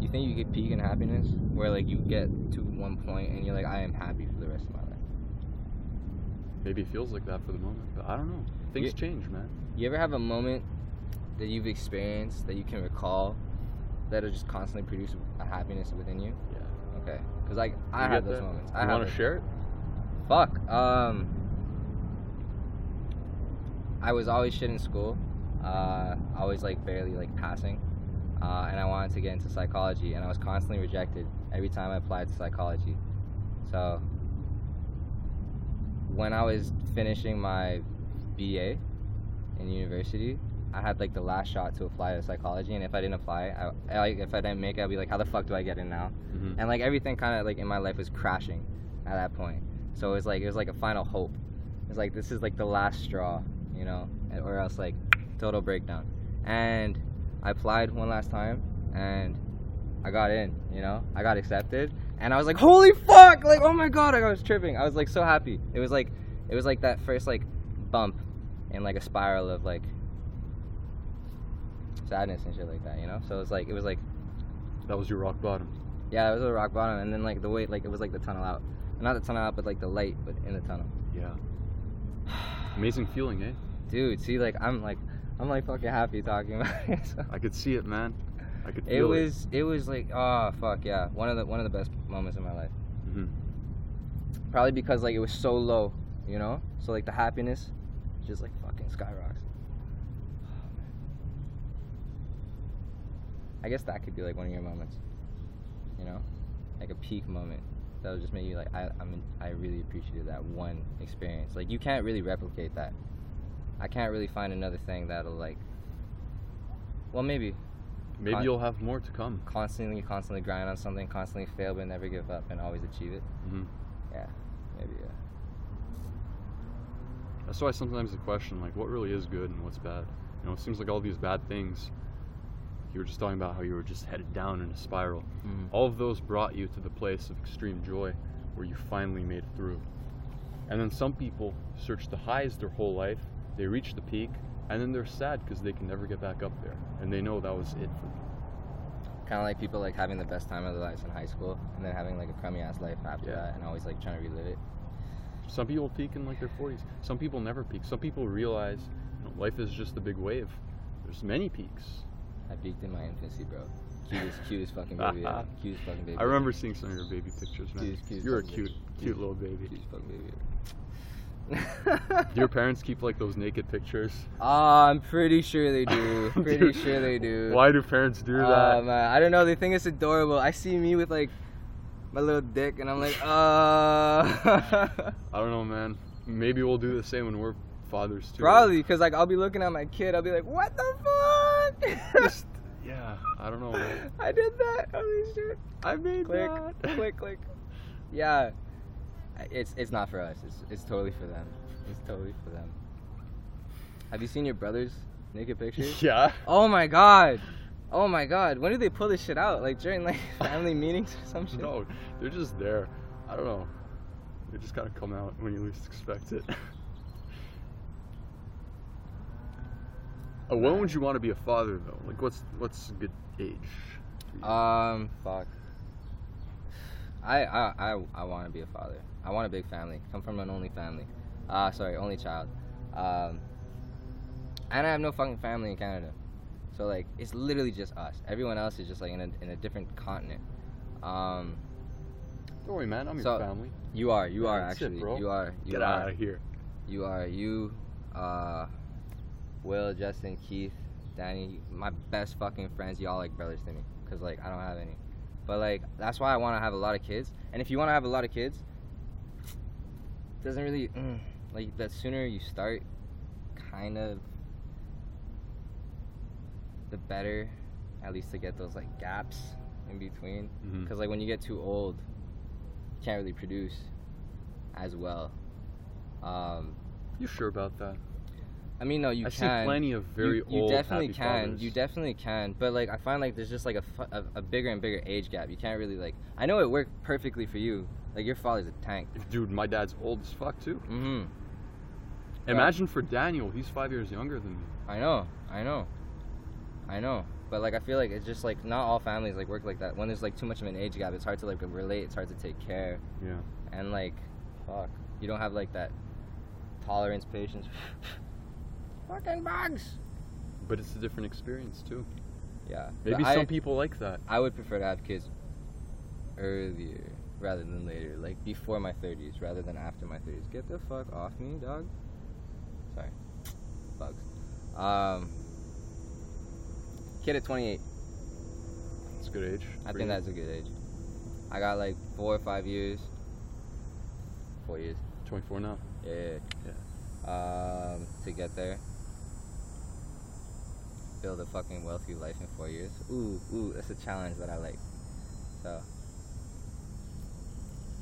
Speaker 1: You think you get peak in happiness, where like you get to one point and you're like, I am happy for the rest of my life.
Speaker 2: Maybe it feels like that for the moment, but I don't know. Things
Speaker 1: Yeah.
Speaker 2: change, man.
Speaker 1: You ever have a moment that you've experienced that you can recall that'll just constantly produce a happiness within you?
Speaker 2: Yeah.
Speaker 1: Okay, because like I
Speaker 2: You
Speaker 1: have
Speaker 2: get
Speaker 1: those
Speaker 2: that?
Speaker 1: moments. I
Speaker 2: You
Speaker 1: have
Speaker 2: want
Speaker 1: those
Speaker 2: to share it?
Speaker 1: Fuck. Um, I was always shit in school. Uh, I was like barely like passing, uh, and I wanted to get into psychology, and I was constantly rejected every time I applied to psychology. So when I was finishing my BA in university, I had like the last shot to apply to psychology, and if I didn't apply, I, I, if I didn't make it, I'd be like, how the fuck do I get in now?
Speaker 2: Mhm.
Speaker 1: and like everything kind of like in my life was crashing at that point so it was like it was like a final hope it's like this is like the last straw you know and- or else like total breakdown and i applied one last time and i got in you know i got accepted and i was like holy fuck like oh my god i was tripping i was like so happy it was like it was like that first like bump in like a spiral of like sadness and shit like that you know so it was like it was like
Speaker 2: That was your rock bottom.
Speaker 1: yeah, it was a rock bottom, and then like the way, like it was like the tunnel out, not the tunnel out, but like the light, but in the tunnel.
Speaker 2: Yeah. Amazing feeling, eh?
Speaker 1: Dude, see, like I'm like, I'm like fucking happy talking about it. so-
Speaker 2: I could see it, man. I could
Speaker 1: It
Speaker 2: feel it.
Speaker 1: was, it was like, oh fuck yeah, one of the one of the best moments in my life.
Speaker 2: Mhm.
Speaker 1: Probably because like it was so low, you know. So like the happiness, just like fucking skyrockets. I guess that could be like one of your moments, you know, like a peak moment that'll just make you like I I mean I really appreciated that one experience. Like you can't really replicate that. I can't really find another thing that'll like. Well, maybe
Speaker 2: Maybe
Speaker 1: I-
Speaker 2: you'll have more to come.
Speaker 1: constantly, constantly grind on something, constantly fail but never give up and always achieve it.
Speaker 2: Mhm.
Speaker 1: Yeah, maybe. Yeah.
Speaker 2: That's why sometimes the question, like, what really is good and what's bad? You know, it seems like all these bad things. You were just talking about how you were just headed down in a spiral.
Speaker 1: Mhm.
Speaker 2: All of those brought you to the place of extreme joy where you finally made it through. And then some people search the highs their whole life, they reach the peak, and then they're sad because they can never get back up there. And they know that was it for them.
Speaker 1: Kind of like people like having the best time of their lives in high school and then having like a crummy ass life after
Speaker 2: Yeah.
Speaker 1: that and always like trying to relive it.
Speaker 2: Some people peak in like their 40s. Some people never peak. Some people realize you know, life is just a big wave. There's many peaks.
Speaker 1: I peaked in my infancy, bro. Cutest, cutest fucking baby. ever. Cutest fucking baby.
Speaker 2: I
Speaker 1: ever.
Speaker 2: remember seeing some of your baby pictures, man.
Speaker 1: Cutest- cutest
Speaker 2: You're a
Speaker 1: fucking
Speaker 2: cute,
Speaker 1: baby.
Speaker 2: cute little baby.
Speaker 1: Cutest fucking baby. ever.
Speaker 2: Do your parents keep like those naked pictures?
Speaker 1: Ah, I'm pretty sure they do. Pretty
Speaker 2: Dude,
Speaker 1: sure they do.
Speaker 2: Why do parents do that?
Speaker 1: Oh, man. I don't know. They think it's adorable. I see me with like my little dick, and I'm like, uh.
Speaker 2: I don't know, man. Maybe we'll do the same when we're fathers too.
Speaker 1: Probably because like I'll be looking at my kid, I'll be like, "What the
Speaker 2: Just- yeah, I don't know. man.
Speaker 1: fuck? I did that! Holy shit!
Speaker 2: I made
Speaker 1: Click,
Speaker 2: that.
Speaker 1: click, click." Yeah, it's it's not for us. It's it's totally for them. It's totally for them. Have you seen your brother's naked pictures?
Speaker 2: Yeah.
Speaker 1: Oh my god! Oh my god, when do they pull this shit out? Like during like family meetings or some shit?
Speaker 2: No, they're just there. I don't know. They just gotta come out when you least expect it. Uh, when would you want to be a father though? Like, what's what's a good age?
Speaker 1: Um,
Speaker 5: Fuck.
Speaker 1: I I I, I want to be a father. I want a big family. Come from an only family. Uh, sorry, only child. Um, and I have no fucking family in Canada, so like it's literally just us. Everyone else is just like in a in a different continent. Um,
Speaker 2: Don't worry, man. I'm
Speaker 1: So-
Speaker 2: your family.
Speaker 1: you are, you
Speaker 2: Yeah,
Speaker 1: are
Speaker 2: that's it,
Speaker 1: actually,
Speaker 2: bro.
Speaker 1: you are, you
Speaker 2: Get
Speaker 1: are,
Speaker 2: out of here.
Speaker 1: you are, you, uh, Will, Justin, Keith, Danny, my best fucking friends. Y'all like brothers to me, cause like I don't have any. But like that's why I want to have a lot of kids. And if you want to have a lot of kids, doesn't really mm, like the sooner you start, kind of, the better. At least to get those like gaps in between.
Speaker 2: Mhm.
Speaker 1: Because like when you get too old, you can't really produce as well. Um,
Speaker 2: You sure about that?
Speaker 1: I mean, no, you
Speaker 2: I
Speaker 1: can.
Speaker 2: see plenty of
Speaker 1: You-
Speaker 2: very
Speaker 1: you,
Speaker 2: old
Speaker 1: definitely
Speaker 2: happy
Speaker 1: can.
Speaker 2: fathers.
Speaker 1: You definitely can. But like, I find like there's just like a, fu- a, a bigger and bigger age gap. You can't really like. I know it worked perfectly for you. Like your father's a tank.
Speaker 2: Dude, my dad's old as fuck too.
Speaker 1: Mm-hmm. Yeah.
Speaker 2: Imagine for Daniel, he's five years younger than me.
Speaker 1: I know. I know. I know. But like, I feel like it's just like not all families like work like that. When there's like too much of an age gap, it's hard to like relate. It's hard to take care.
Speaker 2: Yeah.
Speaker 1: and like fuck you don't have like that tolerance patience fucking bugs
Speaker 2: But it's a different experience too.
Speaker 1: yeah but
Speaker 2: Maybe
Speaker 1: I,
Speaker 2: some people like that.
Speaker 1: I would prefer to have kids earlier rather than later like before my 30s rather than after my 30s get the fuck off me dog sorry bugs um kid at 28
Speaker 2: It's a good age.
Speaker 1: I
Speaker 2: for
Speaker 1: think
Speaker 2: you.
Speaker 1: that's a good age I got like four or five years four years
Speaker 2: 24 now.
Speaker 1: Yeah. Um, to get there. Build a fucking wealthy life in four years. Ooh, ooh, that's a challenge that I like. So,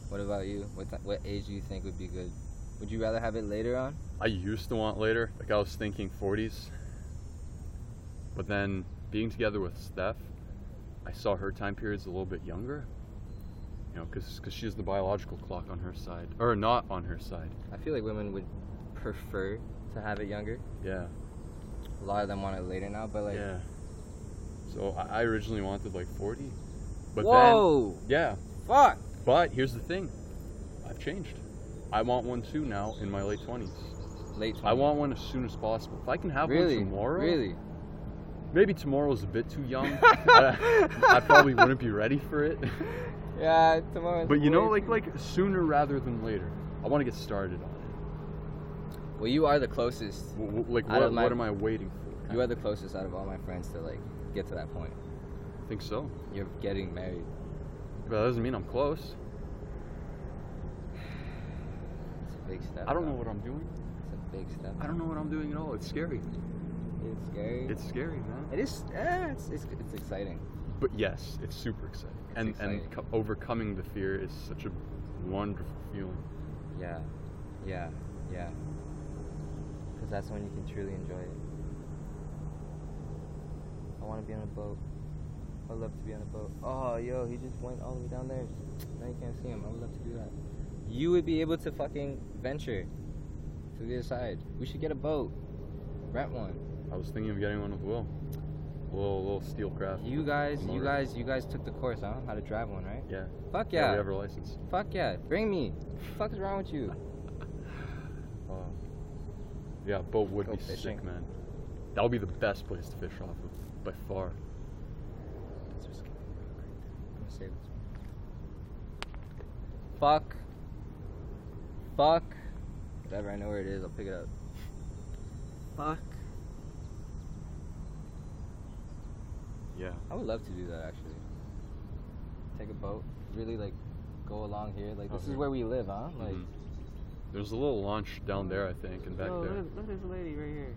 Speaker 1: what about you? What ti- what age do you think would be good? Would you rather have it later on?
Speaker 2: I used to want later. Like I was thinking 40s. But then being together with Steph, I saw her time periods a little bit younger. You know, because she has the biological clock on her side, or not on her side.
Speaker 1: I feel like women would prefer to have it younger.
Speaker 2: Yeah.
Speaker 1: A lot of them want it later now, but like,
Speaker 2: yeah. So I I originally wanted like 40, but
Speaker 1: whoa,
Speaker 2: then yeah.
Speaker 1: fuck.
Speaker 2: But here's the thing, I've changed. I want one too now in my late 20s.
Speaker 1: Late. 20s.
Speaker 2: I want one as soon as possible. If I can have
Speaker 1: really
Speaker 2: one tomorrow,
Speaker 1: Really?
Speaker 2: Maybe tomorrow's a bit too young. I, I probably wouldn't be ready for it.
Speaker 1: Yeah, tomorrow.
Speaker 2: But you know, like like sooner rather than later. I want to get started on it.
Speaker 1: Well, you are the closest.
Speaker 2: W- w- like
Speaker 1: I
Speaker 2: what,
Speaker 1: don't mind.
Speaker 2: what am I waiting for?
Speaker 1: You are the closest out of all my friends to like get to that point.
Speaker 2: I think so.
Speaker 1: You're getting married.
Speaker 2: But that doesn't mean I'm close.
Speaker 1: It's a big step.
Speaker 2: I don't know
Speaker 1: though.
Speaker 2: what I'm doing.
Speaker 1: It's a big step.
Speaker 2: I don't know what I'm doing at all. It's scary.
Speaker 1: It's scary.
Speaker 2: It's scary, man.
Speaker 1: It is. Uh, it's, it's it's exciting.
Speaker 2: But yes, it's super exciting.
Speaker 1: It's
Speaker 2: and
Speaker 1: exciting.
Speaker 2: and co- overcoming the fear is such a wonderful feeling.
Speaker 1: Yeah, yeah, yeah. Cause that's when you can truly enjoy it. I want to be on a boat. I would love to be on a boat. Oh, yo, he just went all the way down there. Now you can't see him. I would love to do that. You would be able to fucking venture to the other side. We should get a boat. Rent one.
Speaker 2: I was thinking of getting one with Will. Little little steel craft.
Speaker 1: You guys, you
Speaker 2: motor.
Speaker 1: guys, you guys took the course, huh? How to drive one, right?
Speaker 2: Yeah.
Speaker 1: Fuck
Speaker 2: Yeah,
Speaker 1: yeah.
Speaker 2: we have our license.
Speaker 1: Fuck yeah. Bring me. fuck is wrong with you?
Speaker 2: Uh, yeah, boat would
Speaker 1: Go
Speaker 2: be
Speaker 1: fishing.
Speaker 2: sick, man. That would be the best place to fish off of by far.
Speaker 1: Let's just- I'm gonna save this one. Fuck. Fuck. Whatever, I know where it is. I'll pick it up. Fuck.
Speaker 2: Yeah.
Speaker 1: I would love to do that actually. Take a boat. Really like go along here. Like this
Speaker 2: Okay.
Speaker 1: is where we live, huh? Like
Speaker 2: Mhm. There's a little launch down there, I think, and back there.
Speaker 4: Oh, look at this lady right here.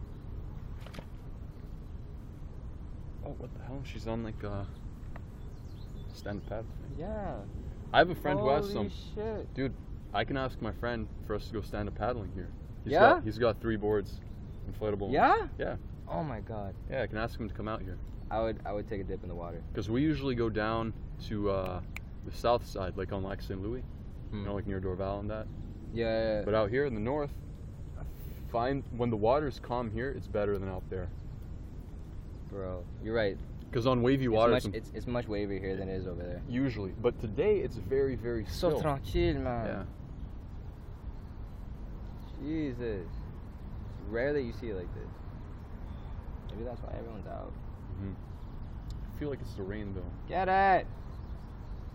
Speaker 2: Oh, what the hell? She's on like a stand pad thing.
Speaker 1: yeah.
Speaker 2: I have a friend who has
Speaker 1: Holy
Speaker 2: some.
Speaker 1: shit.
Speaker 2: I can ask my friend for us to go stand up paddling here. He's
Speaker 1: Yeah?
Speaker 2: Got, he's got three boards, inflatable. ones.
Speaker 1: Yeah?
Speaker 2: Yeah.
Speaker 1: Oh my god.
Speaker 2: Yeah, I can ask him to come out here.
Speaker 1: I would I would take a dip in the water.
Speaker 2: Because we usually go down to uh, the south side, like on Lake St. Louis, you
Speaker 5: Hmm.
Speaker 2: know, like near Dorval and that.
Speaker 1: Yeah.
Speaker 2: But out here in the north, find when the water's calm here, it's better than out there.
Speaker 1: bro, you're right.
Speaker 2: Because on wavy
Speaker 1: It's
Speaker 2: water,
Speaker 1: much,
Speaker 2: it's
Speaker 1: it's, it's much wavier here than it is over there.
Speaker 2: usually. But today, it's very, very still.
Speaker 1: tranquille, man.
Speaker 2: Yeah.
Speaker 1: Jesus. It's rare that you see it like this. Maybe that's why everyone's out.
Speaker 2: Mm-hmm. I feel like it's the rain though.
Speaker 1: Get it!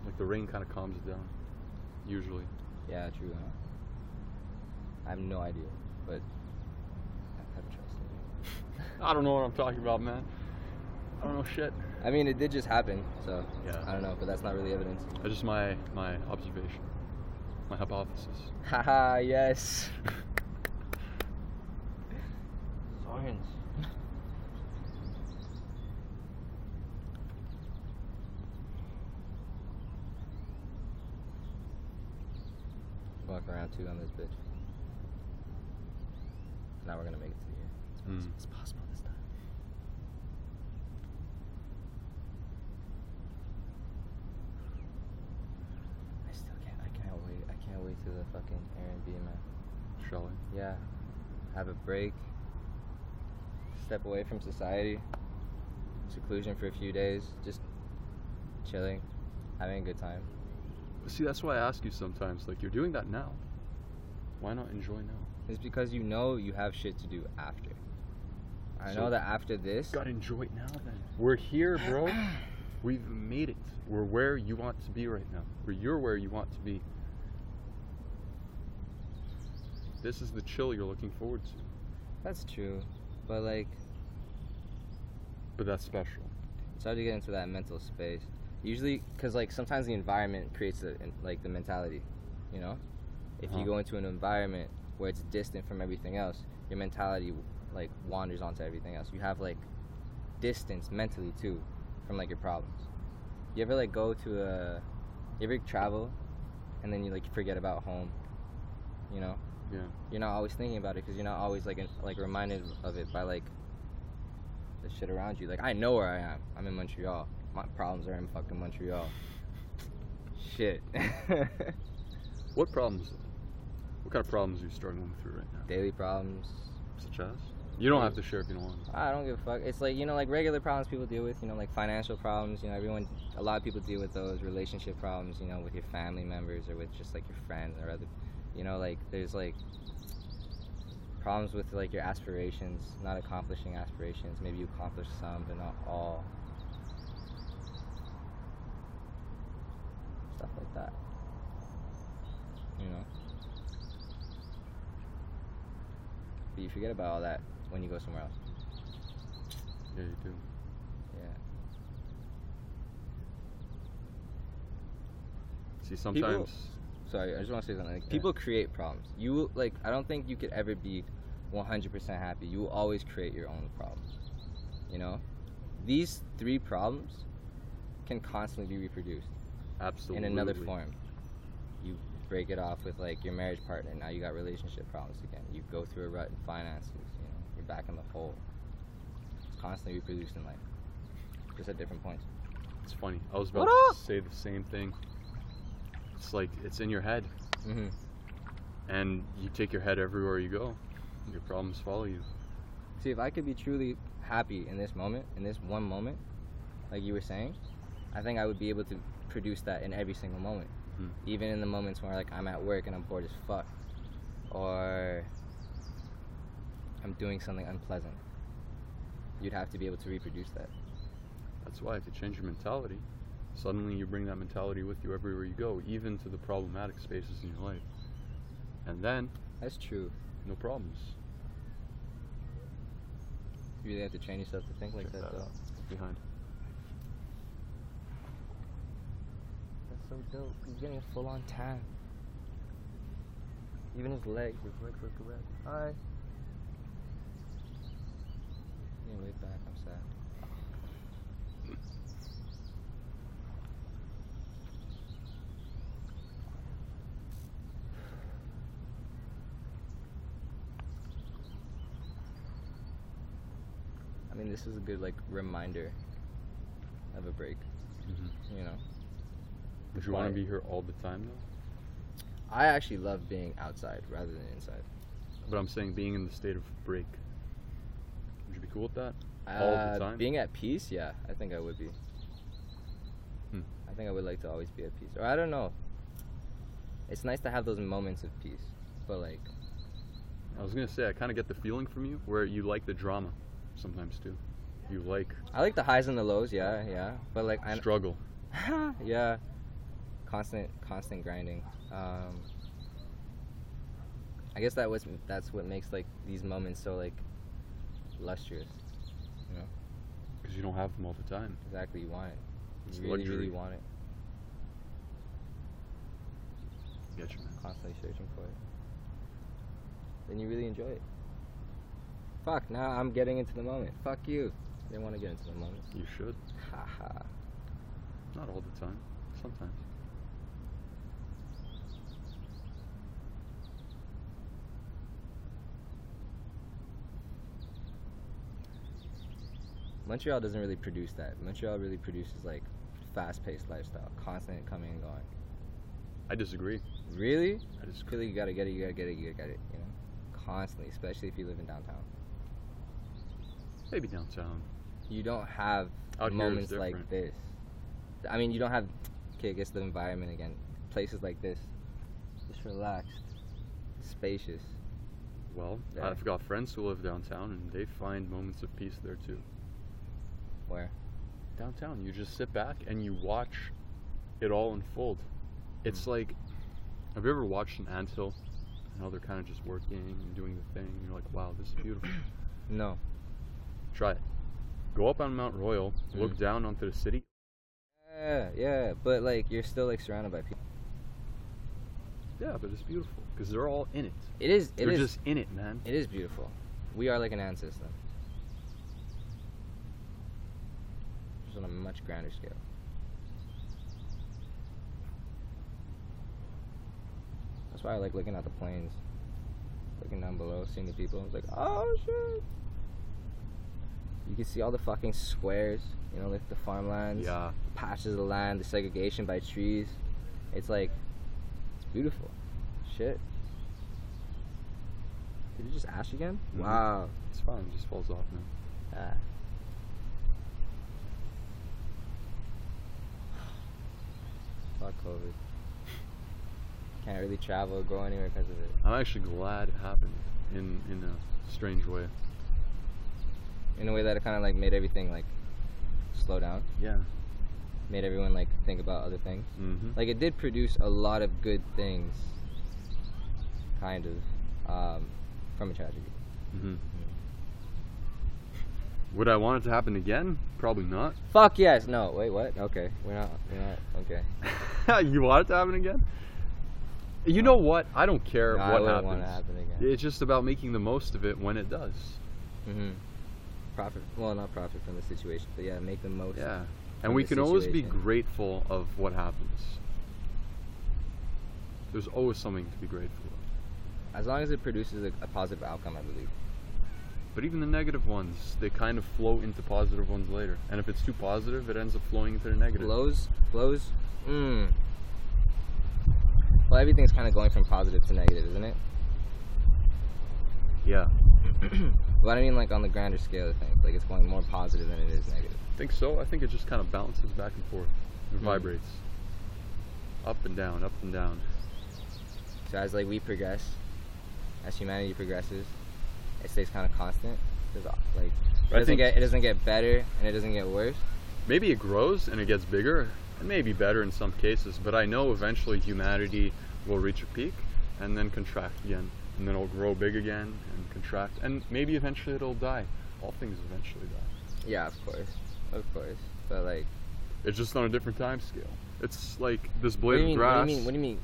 Speaker 2: Like the rain kind of calms it down. Usually.
Speaker 1: Yeah, true, huh? I have no idea, but I have trust in
Speaker 2: I don't know what I'm talking about, man. I don't know shit.
Speaker 1: you. I mean, it did just happen, so
Speaker 2: Yeah.
Speaker 1: I don't know, but that's not really evidence.
Speaker 2: That's just my my observation, my hypothesis.
Speaker 1: Haha, yes. orange. Walk around two on this bitch. Now we're gonna make it to the year. It's
Speaker 2: Mm. Hmm.
Speaker 1: possible, it's possible this time. I still can't. I can't wait. I can't wait to the fucking Airbnb, man.
Speaker 2: Shall we?
Speaker 1: Yeah. Have a break. Step away from society. Seclusion for a few days. Just chilling. Having a good time.
Speaker 2: See, that's why I ask you sometimes. Like, you're doing that now. Why not enjoy now?
Speaker 1: It's because you know you have shit to do after. I
Speaker 2: So-
Speaker 1: know that after this,
Speaker 2: Gotta enjoy it now, then. We're here, bro. We've made it. We're where you want to be right now. Or you're where you want to be. This is the chill you're looking forward to.
Speaker 1: that's true. But like,
Speaker 2: But that's special.
Speaker 1: it's hard to get into that mental space. Usually, because like sometimes the environment creates the in- like the mentality. You know, if
Speaker 2: Uh-huh.
Speaker 1: you go into an environment where it's distant from everything else, your mentality like wanders onto everything else. You have like distance mentally too from like your problems. You ever like go to a, you ever travel, and then you like forget about home. You know.
Speaker 2: Yeah.
Speaker 1: You're not always thinking about it because you're not always like in, like reminded of it by like the shit around you. Like I know where I am. I'm in Montreal. My problems are in fucking Montreal. Shit.
Speaker 2: What problems? What kind of problems are you struggling through right now?
Speaker 1: Daily problems.
Speaker 2: Such as? You don't have to share if you don't want.
Speaker 1: I don't give a fuck. It's like you know, like regular problems people deal with. You know, like financial problems. You know, everyone, a lot of people deal with those relationship problems. You know, with your family members or with just like your friends or other. You know, like there's like problems with like your aspirations, not accomplishing aspirations. Maybe you accomplish some, but not all. Stuff like that. You know. But you forget about all that when you go somewhere else.
Speaker 2: Yeah, you do.
Speaker 1: Yeah.
Speaker 2: See, sometimes.
Speaker 1: sorry, I just want to say something. Like, People create problems. You like, I don't think you could ever be 100% happy. You will always create your own problems. You know, these three problems can constantly be reproduced
Speaker 2: Absolutely.
Speaker 1: in another form. You break it off with like your marriage partner. Now you got relationship problems again. You go through a rut in finances. You know, you're back in the hole. It's constantly reproduced in life, just at different points.
Speaker 2: It's funny. I was about
Speaker 4: What
Speaker 2: to say the same thing. It's like it's in your head,
Speaker 1: Mm-hmm.
Speaker 2: and you take your head everywhere you go. Your problems follow you.
Speaker 1: See, if I could be truly happy in this moment, in this one moment, like you were saying, I think I would be able to produce that in every single moment.
Speaker 2: Hmm.
Speaker 1: Even in the moments where like I'm at work and I'm bored as fuck, or I'm doing something unpleasant. You'd have to be able to reproduce that.
Speaker 2: That's why if you change your mentality, suddenly you bring that mentality with you everywhere you go, even to the problematic spaces in your life. And then
Speaker 1: That's true.
Speaker 2: no problems.
Speaker 1: You really have to train yourself to think like
Speaker 2: Check
Speaker 1: that,
Speaker 2: that
Speaker 1: though.
Speaker 2: out. Behind.
Speaker 1: That's so dope. He's getting a full on tan. Even his legs, his legs look red. Hi. Yeah, way back, I'm sad. I mean, this is a good like reminder of a break. You know,
Speaker 2: Mm-hmm. Would you want to
Speaker 1: Quiet.
Speaker 2: be here all the time though?
Speaker 1: I actually love being outside rather than inside.
Speaker 2: But I'm saying being in the state of break. Would you be cool with that? All the
Speaker 1: Uh,
Speaker 2: time?
Speaker 1: Being at peace, yeah, I think I would be.
Speaker 2: Hmm.
Speaker 1: I think I would like to always be at peace, or I don't know. It's nice to have those moments of peace, but like,
Speaker 2: I was gonna say I kind of get the feeling from you where you like the drama sometimes too. You like
Speaker 1: I like the highs and the lows, yeah, yeah. But like, I
Speaker 2: struggle.
Speaker 1: yeah, constant, constant grinding. Um, I guess that was that's what makes like these moments so like lustrous.
Speaker 2: Because you don't have them all the time.
Speaker 1: Exactly, you want it.
Speaker 2: It's
Speaker 1: You really, really
Speaker 2: luxury.
Speaker 1: want it.
Speaker 2: Gotcha, man.
Speaker 1: constantly searching for it. Then you really enjoy it. Fuck, now I'm getting into the moment. Fuck you. They want to get into the moment.
Speaker 2: You should.
Speaker 1: Haha.
Speaker 2: Not all the time. Sometimes.
Speaker 1: Montreal doesn't really produce that. Montreal really produces like fast paced lifestyle, constant coming and going.
Speaker 2: I disagree.
Speaker 1: Really?
Speaker 2: I
Speaker 1: I
Speaker 2: disagree.
Speaker 1: feel like you gotta get it, you gotta get it, you gotta get it, you know? Constantly, especially if you live in downtown.
Speaker 2: Maybe downtown.
Speaker 1: You don't have
Speaker 2: Out here is
Speaker 1: moments like
Speaker 2: different.
Speaker 1: this. I mean, you don't have, okay, I guess the environment again. Places like this. Just relaxed, spacious.
Speaker 2: Well,
Speaker 1: Yeah.
Speaker 2: I've got friends who live downtown and they find moments of peace there too.
Speaker 1: Where?
Speaker 2: Downtown, you just sit back and you watch it all unfold. It's
Speaker 1: Mm.
Speaker 2: like, have you ever watched an anthill? And how they're kind of just working and doing the thing. You're like, wow, this is beautiful.
Speaker 1: No.
Speaker 2: Try it. Go up on Mount Royal,
Speaker 1: Mm.
Speaker 2: look down onto the city.
Speaker 1: Yeah, yeah, but like you're still like surrounded by people.
Speaker 2: Yeah, but it's beautiful because they're all in it.
Speaker 1: It is, it
Speaker 2: they're
Speaker 1: is,
Speaker 2: just in it, man.
Speaker 1: it is beautiful. We are like an ant system. Just on a much grander scale. That's why I like looking at the planes, looking down below, seeing the people. It's like, oh shit. You can see all the fucking squares, you know, like the farmlands.
Speaker 2: Yeah.
Speaker 1: patches of land, the segregation by trees. It's like, it's beautiful. Shit. Did you just ash again?
Speaker 2: Mhm.
Speaker 1: Wow.
Speaker 2: It's fine. It just falls off, man.
Speaker 1: Ah. Fuck COVID. Can't really travel, go anywhere because of it.
Speaker 2: I'm actually glad it happened in in a strange way.
Speaker 1: In a way that it kind of like made everything like slow down,
Speaker 2: Yeah.
Speaker 1: made everyone like think about other things.
Speaker 2: Mm-hmm.
Speaker 1: like it did produce a lot of good things kind of um, from a tragedy
Speaker 2: Mm-hmm. Would I want it to happen again? Probably not.
Speaker 1: fuck yes no wait what okay we're not we're not okay
Speaker 2: you want it to happen again? You know what? I don't care
Speaker 1: No, I
Speaker 2: what
Speaker 1: wouldn't
Speaker 2: happens.
Speaker 1: want to happen again
Speaker 2: It's just about making the most of it when it does.
Speaker 1: hmm profit well not profit from the situation but yeah make the most
Speaker 2: Yeah.
Speaker 1: From
Speaker 2: And we
Speaker 1: the
Speaker 2: can always be
Speaker 1: situation.
Speaker 2: grateful of what happens. There's always something to be grateful of.
Speaker 1: as long as it produces a, a positive outcome I believe
Speaker 2: But even the negative ones, they kind of flow into positive ones later. And if it's too positive, it ends up flowing into the negative.
Speaker 1: flows flows mm. well everything's kind of going from positive to negative isn't it
Speaker 2: Yeah.
Speaker 1: but I mean like on the grander scale of things like it's going more positive than it is negative
Speaker 2: I think so. I think it just kind of bounces back and forth. It
Speaker 1: Mhm.
Speaker 2: vibrates. Up and down, up and down.
Speaker 1: So as like we progress, as humanity progresses, it stays kind of constant. There's, uh, like it
Speaker 2: I
Speaker 1: doesn't
Speaker 2: think-
Speaker 1: get it doesn't get better and it doesn't get worse.
Speaker 2: Maybe it grows and it gets bigger. It may be better in some cases, but I know eventually humanity will reach a peak and then contract again. And then it'll grow big again and contract. And maybe eventually it'll die. All things eventually die.
Speaker 1: Yeah, of course, of course. But like,
Speaker 2: It's just on a different time scale. It's like this
Speaker 1: what
Speaker 2: blade
Speaker 1: do, you
Speaker 2: of
Speaker 1: mean,
Speaker 2: grass.
Speaker 1: what do you mean? What do you mean?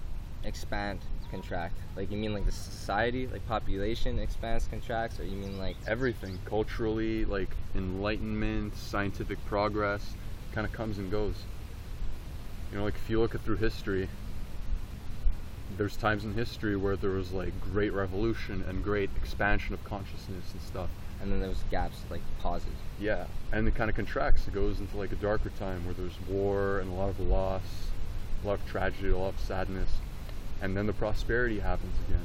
Speaker 1: Expand, contract. Like you mean like the society, like population expands, contracts, or you mean like
Speaker 2: everything culturally like enlightenment scientific progress kind of comes and goes you know like if you look at through history there's times in history where there was like great revolution and great expansion of consciousness and stuff.
Speaker 1: and then there was gaps, like pauses.
Speaker 2: Yeah, and it kind of contracts. It goes into like a darker time where there's war and a lot of loss, a lot of tragedy, a lot of sadness, and then the prosperity happens again.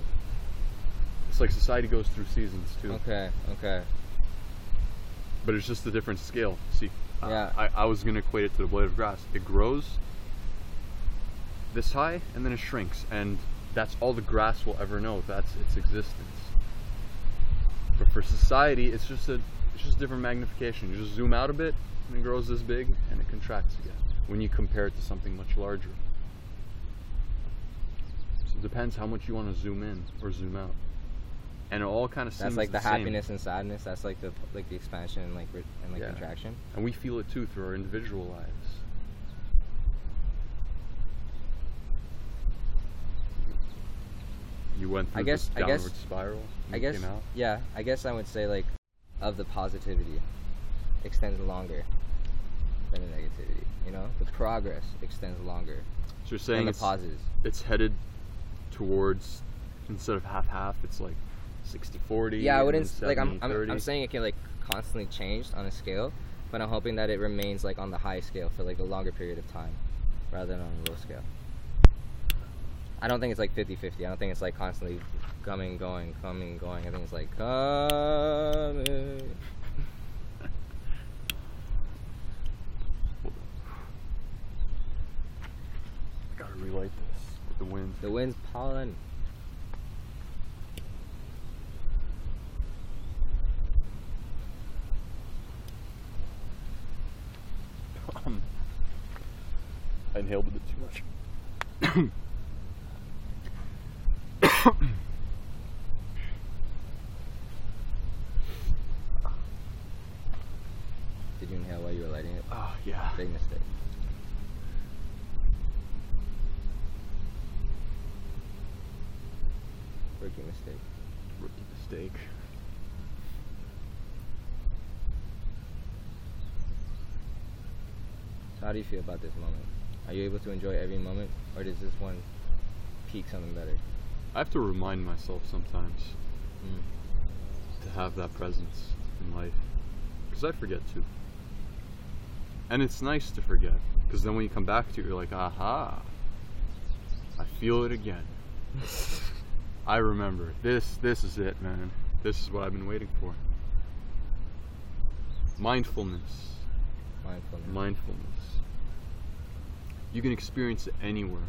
Speaker 2: It's like society goes through seasons too,
Speaker 1: Okay, okay.
Speaker 2: but it's just a different scale. See, uh,
Speaker 1: Yeah.
Speaker 2: I, I was gonna equate it to the blade of grass. It grows this high and then it shrinks, and that's all the grass will ever know. That's its existence. But for society, it's just a it's just different magnification. You just zoom out a bit, and it grows this big, and it contracts again. When you compare it to something much larger, so it depends how much you want to zoom in or zoom out, and it all kind of seems
Speaker 1: That's like the,
Speaker 2: same.
Speaker 1: happiness and sadness. That's like the like the expansion and like re- and like
Speaker 2: Yeah.
Speaker 1: contraction.
Speaker 2: and we feel it too through our individual lives. You went
Speaker 1: I
Speaker 2: through
Speaker 1: guess-
Speaker 2: this
Speaker 1: I guess-
Speaker 2: downward spiral. and
Speaker 1: I
Speaker 2: you
Speaker 1: guess
Speaker 2: Came out.
Speaker 1: yeah. I guess I would say like of the positivity extends longer than the negativity. You know, the progress extends longer
Speaker 2: So you're
Speaker 1: than
Speaker 2: saying
Speaker 1: the
Speaker 2: it's,
Speaker 1: pauses.
Speaker 2: it's headed towards instead of half half, it's like 60 40.
Speaker 1: Yeah, I wouldn't s- like I'm, I'm I'm saying it can like constantly change on a scale, but I'm hoping that it remains like on the high scale for like a longer period of time rather than on a low scale. I don't think it's like 50-50. I don't think it's like constantly coming going, coming going. I think it's like coming.
Speaker 2: gotta relight this with the wind.
Speaker 1: The wind's pollen.
Speaker 2: Um, I inhaled a bit too much.
Speaker 1: Did you inhale while you were lighting it?
Speaker 2: Oh, yeah.
Speaker 1: Big mistake. Rookie mistake.
Speaker 2: Rookie mistake.
Speaker 1: So how do you feel about this moment? Are you able to enjoy every moment, or does this one peak something better?
Speaker 2: I have to remind myself sometimes
Speaker 1: Mm.
Speaker 2: to have that presence in life because I forget too. And it's nice to forget because then when you come back to it, you're like, aha, I feel it again. I remember this. This is it, man. This is what I've been waiting for. Mindfulness.
Speaker 1: Mindfulness.
Speaker 2: Mindfulness. You can experience it anywhere.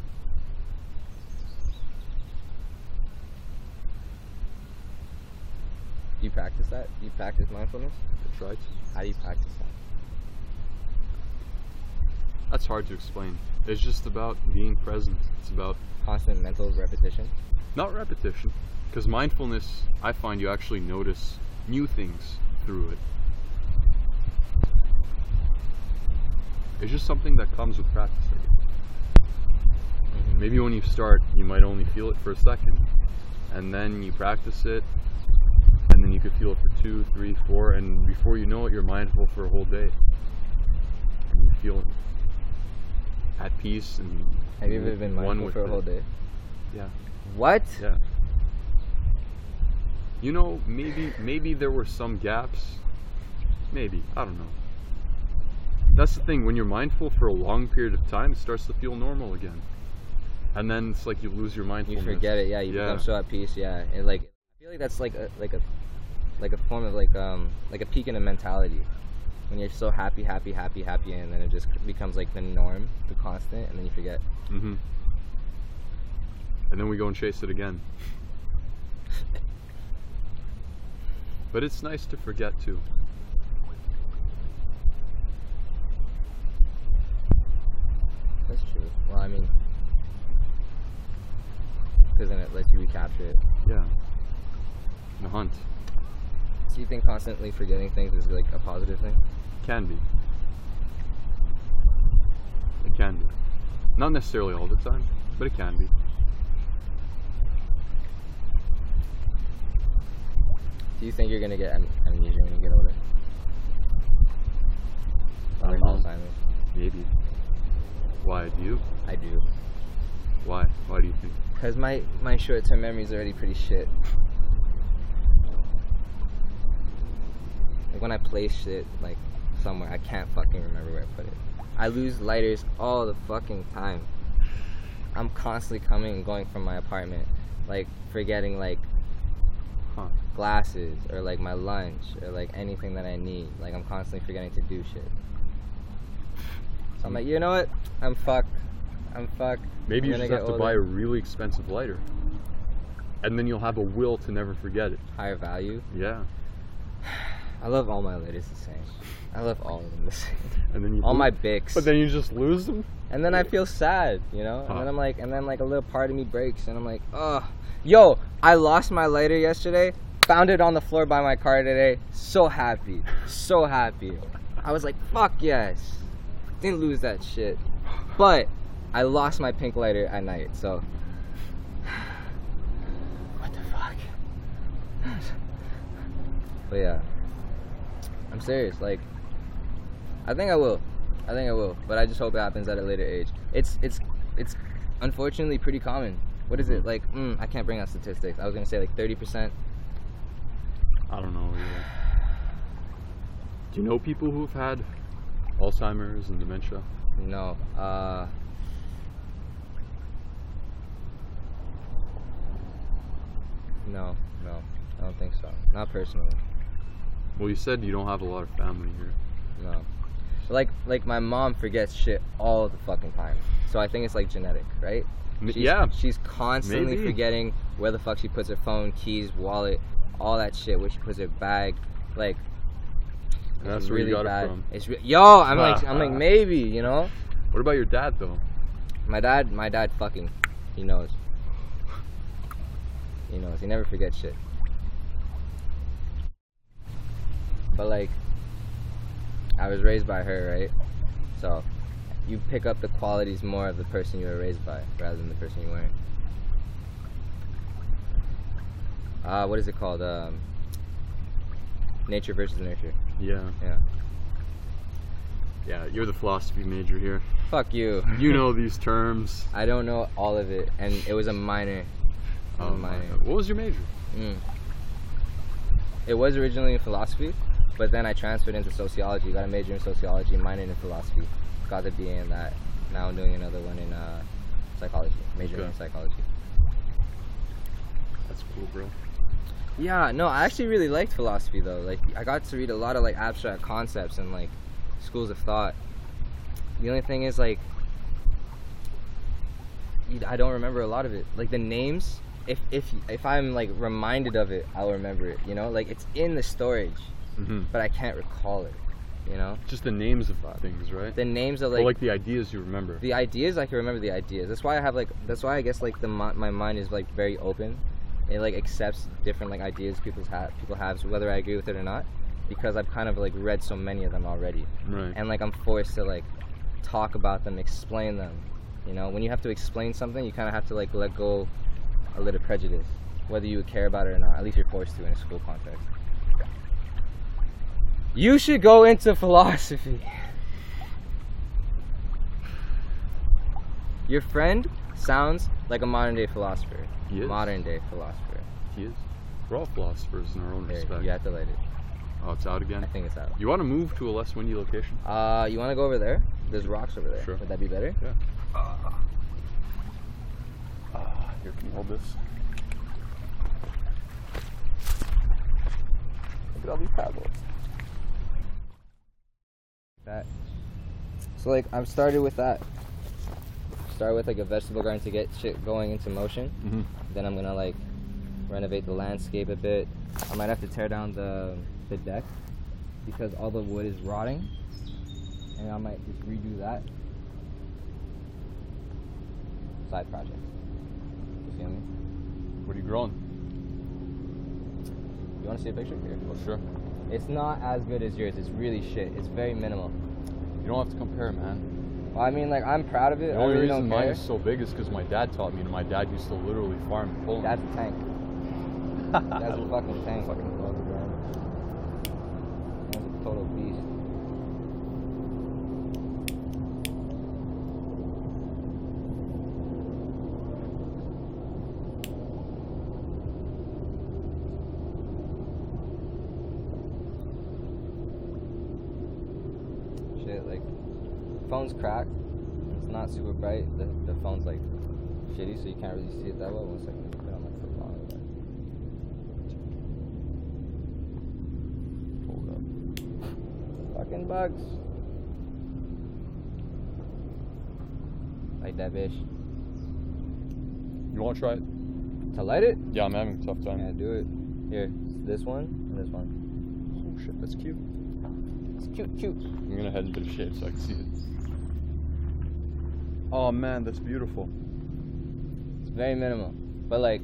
Speaker 1: you practice that? You practice mindfulness?
Speaker 2: I tried to.
Speaker 1: How do you practice that?
Speaker 2: That's hard to explain. It's just about being present. It's about
Speaker 1: Constant mental repetition.
Speaker 2: not repetition because mindfulness i find you actually notice new things through it it's just something that comes with practice I guess.
Speaker 1: Mm-hmm.
Speaker 2: maybe when you start you might only feel it for a second and then you practice it and then you could feel it for two three four and before you know it you're mindful for a whole day and you feel at peace and
Speaker 1: Have you ever been
Speaker 2: one
Speaker 1: mindful
Speaker 2: with
Speaker 1: for a
Speaker 2: it.
Speaker 1: whole day?
Speaker 2: Yeah.
Speaker 1: What?
Speaker 2: Yeah. You know, maybe maybe there were some gaps. Maybe I don't know. That's the thing. When you're mindful for a long period of time, it starts to feel normal again. And then it's like you lose your
Speaker 1: You
Speaker 2: mindfulness.
Speaker 1: forget it. Yeah. You
Speaker 2: Yeah.
Speaker 1: become so at peace. Yeah. And like, I feel like that's like a like a like a form of like um like a peak in a mentality. When you're so happy, happy, happy, happy, and then it just becomes like the norm, the constant, and then you forget.
Speaker 2: hmm And then we go and chase it again. but it's nice to forget too.
Speaker 1: That's true. Well, I mean, because then it lets you recapture it.
Speaker 2: Yeah. The hunt
Speaker 1: So you think constantly forgetting things is like a positive thing?
Speaker 2: can be. It can be. Not necessarily all the time, but it can be.
Speaker 1: Do you think you're gonna get am- amnesia when you get older? Or
Speaker 2: I
Speaker 1: like
Speaker 2: don't know.
Speaker 1: Alzheimer's?
Speaker 2: Maybe. Why do you?
Speaker 1: I do.
Speaker 2: Why? Why do you think?
Speaker 1: Cause my my short term memory is already pretty shit. Like when I place shit like somewhere, I can't fucking remember where I put it. I lose lighters all the fucking time. I'm constantly coming and going from my apartment, like forgetting like
Speaker 2: Huh.
Speaker 1: glasses or like my lunch or like anything that I need. Like I'm constantly forgetting to do shit. So I'm like, you know what? I'm fucked. I'm fucked.
Speaker 2: Maybe you
Speaker 1: I'm
Speaker 2: just
Speaker 1: gonna
Speaker 2: have
Speaker 1: get
Speaker 2: to buy a
Speaker 1: older.
Speaker 2: really expensive lighter, and then you'll have a will to never forget it.
Speaker 1: higher value.
Speaker 2: Yeah,
Speaker 1: I love all my lighters the same. I love all of them the same.
Speaker 2: and then you.
Speaker 1: All
Speaker 2: lose-
Speaker 1: my bics.
Speaker 2: But then you just lose them.
Speaker 1: and then I feel sad, you know? And
Speaker 2: Huh.
Speaker 1: then I'm like and then like a little part of me breaks and I'm like, oh yo, I lost my lighter yesterday, found it on the floor by my car today. So happy. So happy. I was like, fuck yes. Didn't lose that shit. But I lost my pink lighter at night, so what the fuck? But yeah. I'm serious, like I think I will. I think I will, but I just hope it happens at a later age. It's it's it's unfortunately pretty common. What is it like? Mm, I can't bring out statistics. I was gonna say like thirty percent.
Speaker 2: I don't know. Either. Do you know people who've had Alzheimer's and dementia?
Speaker 1: No, uh, no, no. I don't think so. Not personally.
Speaker 2: Well, you said you don't have a lot of family here.
Speaker 1: No. Like like my mom forgets shit all the fucking time. So I think it's like genetic, right?
Speaker 2: M-
Speaker 1: She's,
Speaker 2: yeah,
Speaker 1: She's constantly
Speaker 2: Maybe.
Speaker 1: forgetting where the fuck she puts her phone, keys, wallet, all that shit. Where she puts her bag, like
Speaker 2: and that's
Speaker 1: it's
Speaker 2: where
Speaker 1: really
Speaker 2: you got
Speaker 1: bad.
Speaker 2: it from. Ah.
Speaker 1: It's re- yo, I'm like I'm like maybe you know.
Speaker 2: What about your dad though?
Speaker 1: My dad, my dad, fucking, he knows. He knows. He never forgets shit. But like, I was raised by her, right? So, you pick up the qualities more of the person you were raised by rather than the person you weren't. Uh, what is it called? Um, nature versus nurture.
Speaker 2: Yeah.
Speaker 1: Yeah.
Speaker 2: Yeah, you're the philosophy major here.
Speaker 1: Fuck you.
Speaker 2: You know these terms.
Speaker 1: I don't know all of it, and it was a minor. It was a
Speaker 2: Um,
Speaker 1: minor.
Speaker 2: What was your major?
Speaker 1: Mm. It was originally in philosophy, but then I transferred into sociology. Got a major in sociology, minored in philosophy. Got the BA in that. Now I'm doing another one in uh, psychology, majoring in
Speaker 2: Okay.
Speaker 1: psychology.
Speaker 2: That's cool, bro.
Speaker 1: Yeah, no, I actually really liked philosophy though. Like I got to read a lot of like abstract concepts and like schools of thought. The only thing is like you- I don't remember a lot of it. Like the names, if if if I'm like reminded of it, I'll remember it, you know? Like it's in the storage,
Speaker 2: hmm
Speaker 1: but I can't recall it, you know?
Speaker 2: Just the names of things, right?
Speaker 1: The names are
Speaker 2: Or
Speaker 1: like,
Speaker 2: like the ideas you remember.
Speaker 1: the ideas I can remember the ideas. That's why I have like that's why I guess like the mi- my mind is like very open. It like accepts different like ideas people's have people have so whether I agree with it or not because I've kind of like read so many of them already
Speaker 2: Right.
Speaker 1: and like I'm forced to like talk about them, explain them. You know, when you have to explain something, you kind of have to like let go a little prejudice, whether you care about it or not. At least you're forced to in a school context. You should go into philosophy. Your friend sounds like a modern day philosopher.
Speaker 2: He is.
Speaker 1: Modern day philosopher.
Speaker 2: He is. We're all philosophers in our own
Speaker 1: There,
Speaker 2: respect.
Speaker 1: you have to light it.
Speaker 2: Oh, it's out
Speaker 1: I
Speaker 2: again.
Speaker 1: think it's out.
Speaker 2: You want to move to a less windy location?
Speaker 1: Uh, you want to go over there? There's rocks over there.
Speaker 2: Sure.
Speaker 1: Would that be better?
Speaker 2: Ah, here, can you hold this?
Speaker 1: Look at all these paddles. That. So like I'm started with that. Start with like a vegetable garden to get shit going into motion.
Speaker 2: Mhm.
Speaker 1: Then I'm gonna like renovate the landscape a bit. I might have to tear down the the deck because all the wood is rotting, and I might just redo that. Side project. You feel me?
Speaker 2: What are you growing?
Speaker 1: You want to see a picture here?
Speaker 2: Oh, sure.
Speaker 1: It's not as good as yours. It's really shit. It's very minimal.
Speaker 2: You don't have to compare, man.
Speaker 1: Well, I mean, like I'm proud of it.
Speaker 2: The
Speaker 1: I
Speaker 2: only
Speaker 1: really
Speaker 2: reason
Speaker 1: don't
Speaker 2: mine
Speaker 1: care.
Speaker 2: is so big is because my dad taught me, and my dad used to literally farm in Poland.
Speaker 1: That's a tank. That's a fucking tank.
Speaker 2: Fucking love it, man.
Speaker 1: That's a total beast. phone's cracked. It's not super bright. The, the phone's like shitty, so you can't really see it that well. One second, let me put on my flip phone.
Speaker 2: Hold up.
Speaker 1: Fucking bugs. Like that bitch.
Speaker 2: You want to try it?
Speaker 1: To light it?
Speaker 2: Yeah, I'm having a tough time.
Speaker 1: Yeah, do it. Here, it's this one and this one.
Speaker 2: Oh shit, that's cute.
Speaker 1: It's cute, cute.
Speaker 2: I'm gonna head into the shade so I can see it. Oh man, that's beautiful.
Speaker 1: It's very minimal. But like,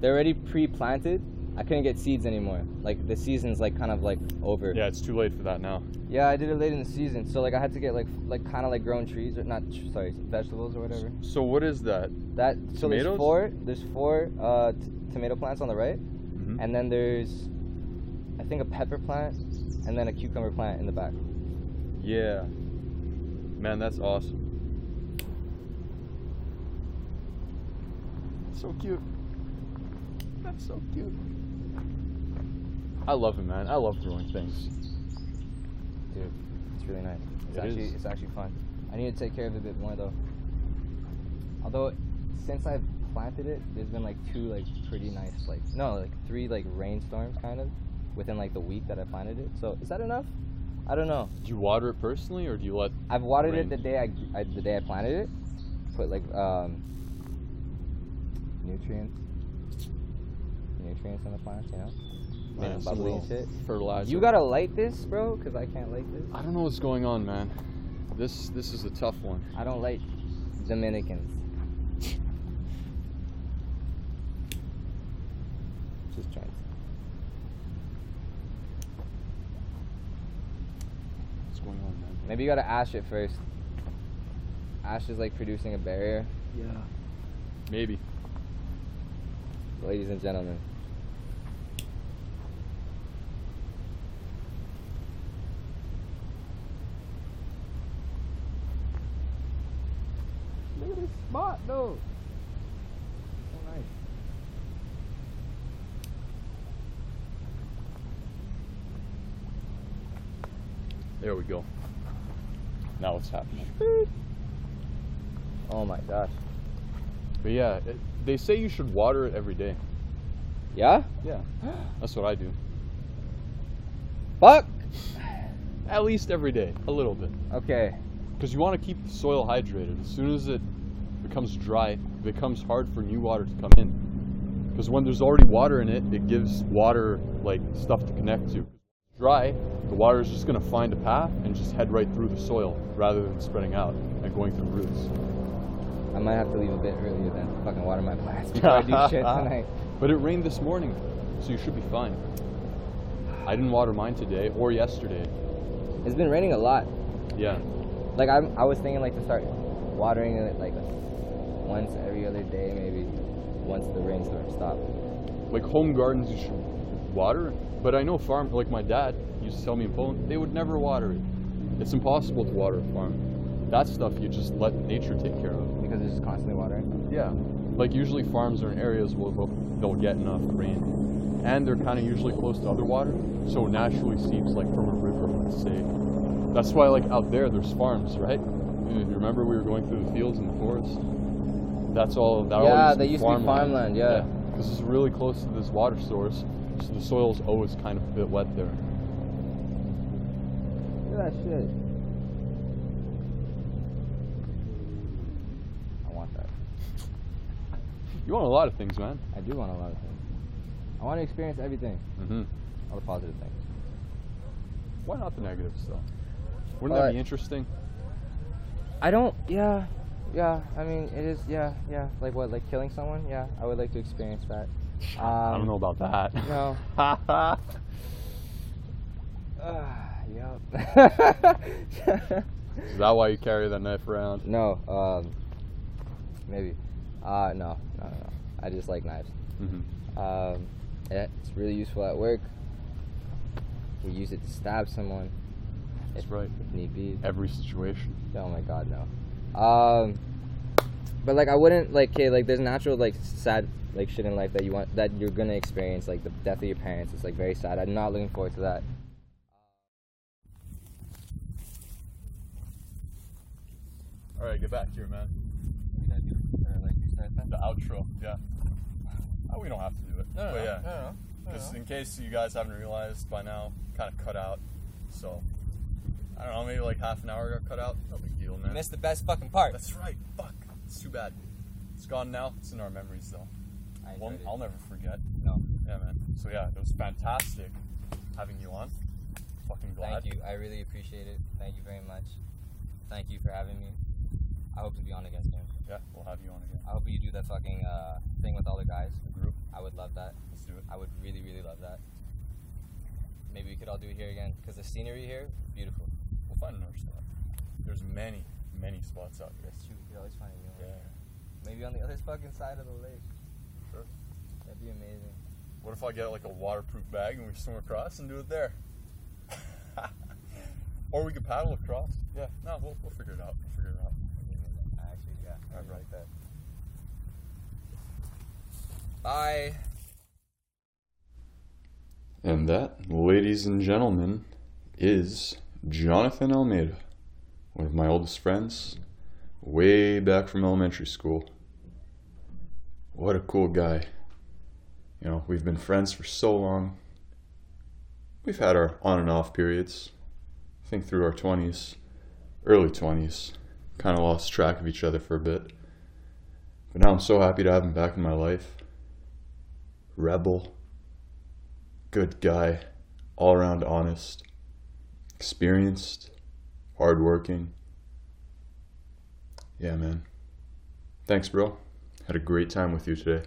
Speaker 1: they're already pre-planted. I couldn't get seeds anymore. Like the season's like kind of like over.
Speaker 2: Yeah, it's too late for that now.
Speaker 1: Yeah, I did it late in the season, so like I had to get like like kind of like grown trees or not. tr- Sorry, vegetables or whatever.
Speaker 2: So what is that?
Speaker 1: That so
Speaker 2: Tomatoes?
Speaker 1: there's four there's four uh, t- tomato plants on the right,
Speaker 2: Mhm.
Speaker 1: and then there's I think a pepper plant, and then a cucumber plant in the back.
Speaker 2: Yeah. Man, that's awesome. So cute. That's so cute. I love it, man. I love growing things.
Speaker 1: Dude, it's really nice. It's
Speaker 2: It
Speaker 1: actually
Speaker 2: is.
Speaker 1: it's actually fun. I need to take care of it a bit more though. Although since I've planted it, there's been like two like pretty nice like no like three like rainstorms kind of within like the week that I planted it. So is that enough? I don't know.
Speaker 2: Do you water it personally, or do you let?
Speaker 1: I've watered
Speaker 2: Rain.
Speaker 1: it the day I, I the day I planted it. Put like um nutrients, nutrients in the plants, you know. Make
Speaker 2: Man,
Speaker 1: them
Speaker 2: some
Speaker 1: bubbly and
Speaker 2: little
Speaker 1: shit.
Speaker 2: Fertilizer.
Speaker 1: You gotta light this, bro, because I can't light this.
Speaker 2: I don't know what's going on, man. This this is a tough one.
Speaker 1: I don't like Dominicans. Just trying.
Speaker 2: What's going on, man?
Speaker 1: Maybe you gotta ash it first. Ash is like producing a barrier,
Speaker 4: Yeah.
Speaker 2: Maybe.
Speaker 1: ladies and gentlemen.
Speaker 4: Look at this spot, though. So nice.
Speaker 2: There we go. Now it's happening.
Speaker 1: Oh my gosh.
Speaker 2: But yeah, it, they say you should water it every day.
Speaker 1: Yeah?
Speaker 2: Yeah. That's what I do.
Speaker 1: Fuck!
Speaker 2: At least every day, a little bit.
Speaker 1: Okay.
Speaker 2: Because you want to keep the soil hydrated. As soon as it becomes dry, it becomes hard for new water to come in. Because when there's already water in it, it gives water like stuff to connect to. Dry, the water is just going to find a path and just head right through the soil rather than spreading out and going through roots.
Speaker 1: I might have to leave a bit earlier then to fucking water my plants before I do shit tonight.
Speaker 2: But it rained this morning, so you should be fine. I didn't water mine today or yesterday.
Speaker 1: It's been raining a lot.
Speaker 2: Yeah.
Speaker 1: Like I'm, I was thinking like to start watering it like once every other day maybe, once the rainstorm stops.
Speaker 2: like home gardens you should water but i know farm like my dad used to tell me in poland they would never water it it's impossible to water a farm that stuff you just let nature take care of
Speaker 1: because it's just constantly watering.
Speaker 2: yeah like usually farms are in areas where they'll- they'll get enough rain and they're kind of usually close to other water so it naturally seeps like from a river let's say that's why like out there there's farms right
Speaker 1: Mm-hmm.
Speaker 2: you remember we were going through the fields and the forest that's all that all
Speaker 1: yeah,
Speaker 2: used
Speaker 1: they used to be farmland. Yeah.
Speaker 2: because it's really close to this water source, so the soil's always kind of a bit wet there.
Speaker 1: Look at that shit. I want that.
Speaker 2: You want a lot of things, man.
Speaker 1: I do want a lot of things. I want to experience everything,
Speaker 2: Mm-hmm.
Speaker 1: all the positive things.
Speaker 2: Why not the negatives, though? Wouldn't
Speaker 1: But-
Speaker 2: that be interesting?
Speaker 1: I don't. Yeah. Yeah. I mean, it is. Yeah. Yeah. Like what? Like killing someone? Yeah. I would like to experience that. Um,
Speaker 2: I don't know about that.
Speaker 1: No. yep.
Speaker 2: Is that why you carry that knife around?
Speaker 1: no. Um. Maybe. Uh. No. No. No. no. I just like knives.
Speaker 2: Mm-hmm.
Speaker 1: Um, yeah, it's really useful at work. We use it to stab someone
Speaker 2: That's right.
Speaker 1: if need be.
Speaker 2: Every situation.
Speaker 1: Oh my god, no. Um, but like I wouldn't like okay like there's natural like sad like shit in life that you want that you're gonna experience like the death of your parents. It's like very sad. I'm not looking forward to that.
Speaker 2: All right, get back here, man. The outro, yeah. Oh, we don't have to do it. but yeah, just in case you guys haven't realized by now, kind of cut out. So I don't know, maybe like half an hour got cut out. No big deal, man.
Speaker 1: Missed the best fucking part.
Speaker 2: That's right. Fuck. It's too bad. It's gone now. It's in our memories though.
Speaker 1: I
Speaker 2: One,
Speaker 1: enjoyed it.
Speaker 2: I'll never forget.
Speaker 1: No.
Speaker 2: Yeah, man. So yeah, it was fantastic having you on. Fucking glad.
Speaker 1: Thank you. I really appreciate it. Thank you very much. Thank you for having me. I hope to be on again soon.
Speaker 2: Yeah, we'll have you on again.
Speaker 1: I hope you do that fucking uh, thing with all the guys.
Speaker 2: The group.
Speaker 1: I would love that.
Speaker 2: Let's do it.
Speaker 1: I would really, really love that. Maybe we could all do it here again because the scenery here, beautiful.
Speaker 2: We'll find another spot. There's many, many spots out here.
Speaker 1: That's true. We could always find a new one.
Speaker 2: Yeah.
Speaker 1: Maybe on the other fucking side of the lake.
Speaker 2: Sure.
Speaker 1: That'd be amazing.
Speaker 2: What if I get like a waterproof bag and we swim across and do it there? or we could paddle across. Yeah. No, we'll, we'll figure it out. We'll figure it out.
Speaker 1: Mm-hmm. Actually, yeah.
Speaker 2: I
Speaker 1: I'd
Speaker 2: like
Speaker 1: like that. Bye.
Speaker 2: And that, ladies and gentlemen, is Jonathan Almeida, one of my oldest friends, way back from elementary school. What a cool guy. You know, we've been friends for so long. We've had our on and off periods, I think through our 20s, early 20s. Kind of lost track of each other for a bit. But now I'm so happy to have him back in my life. Rebel good guy, all around honest, experienced, hardworking. Yeah, man. Thanks, bro. Had a great time with you today.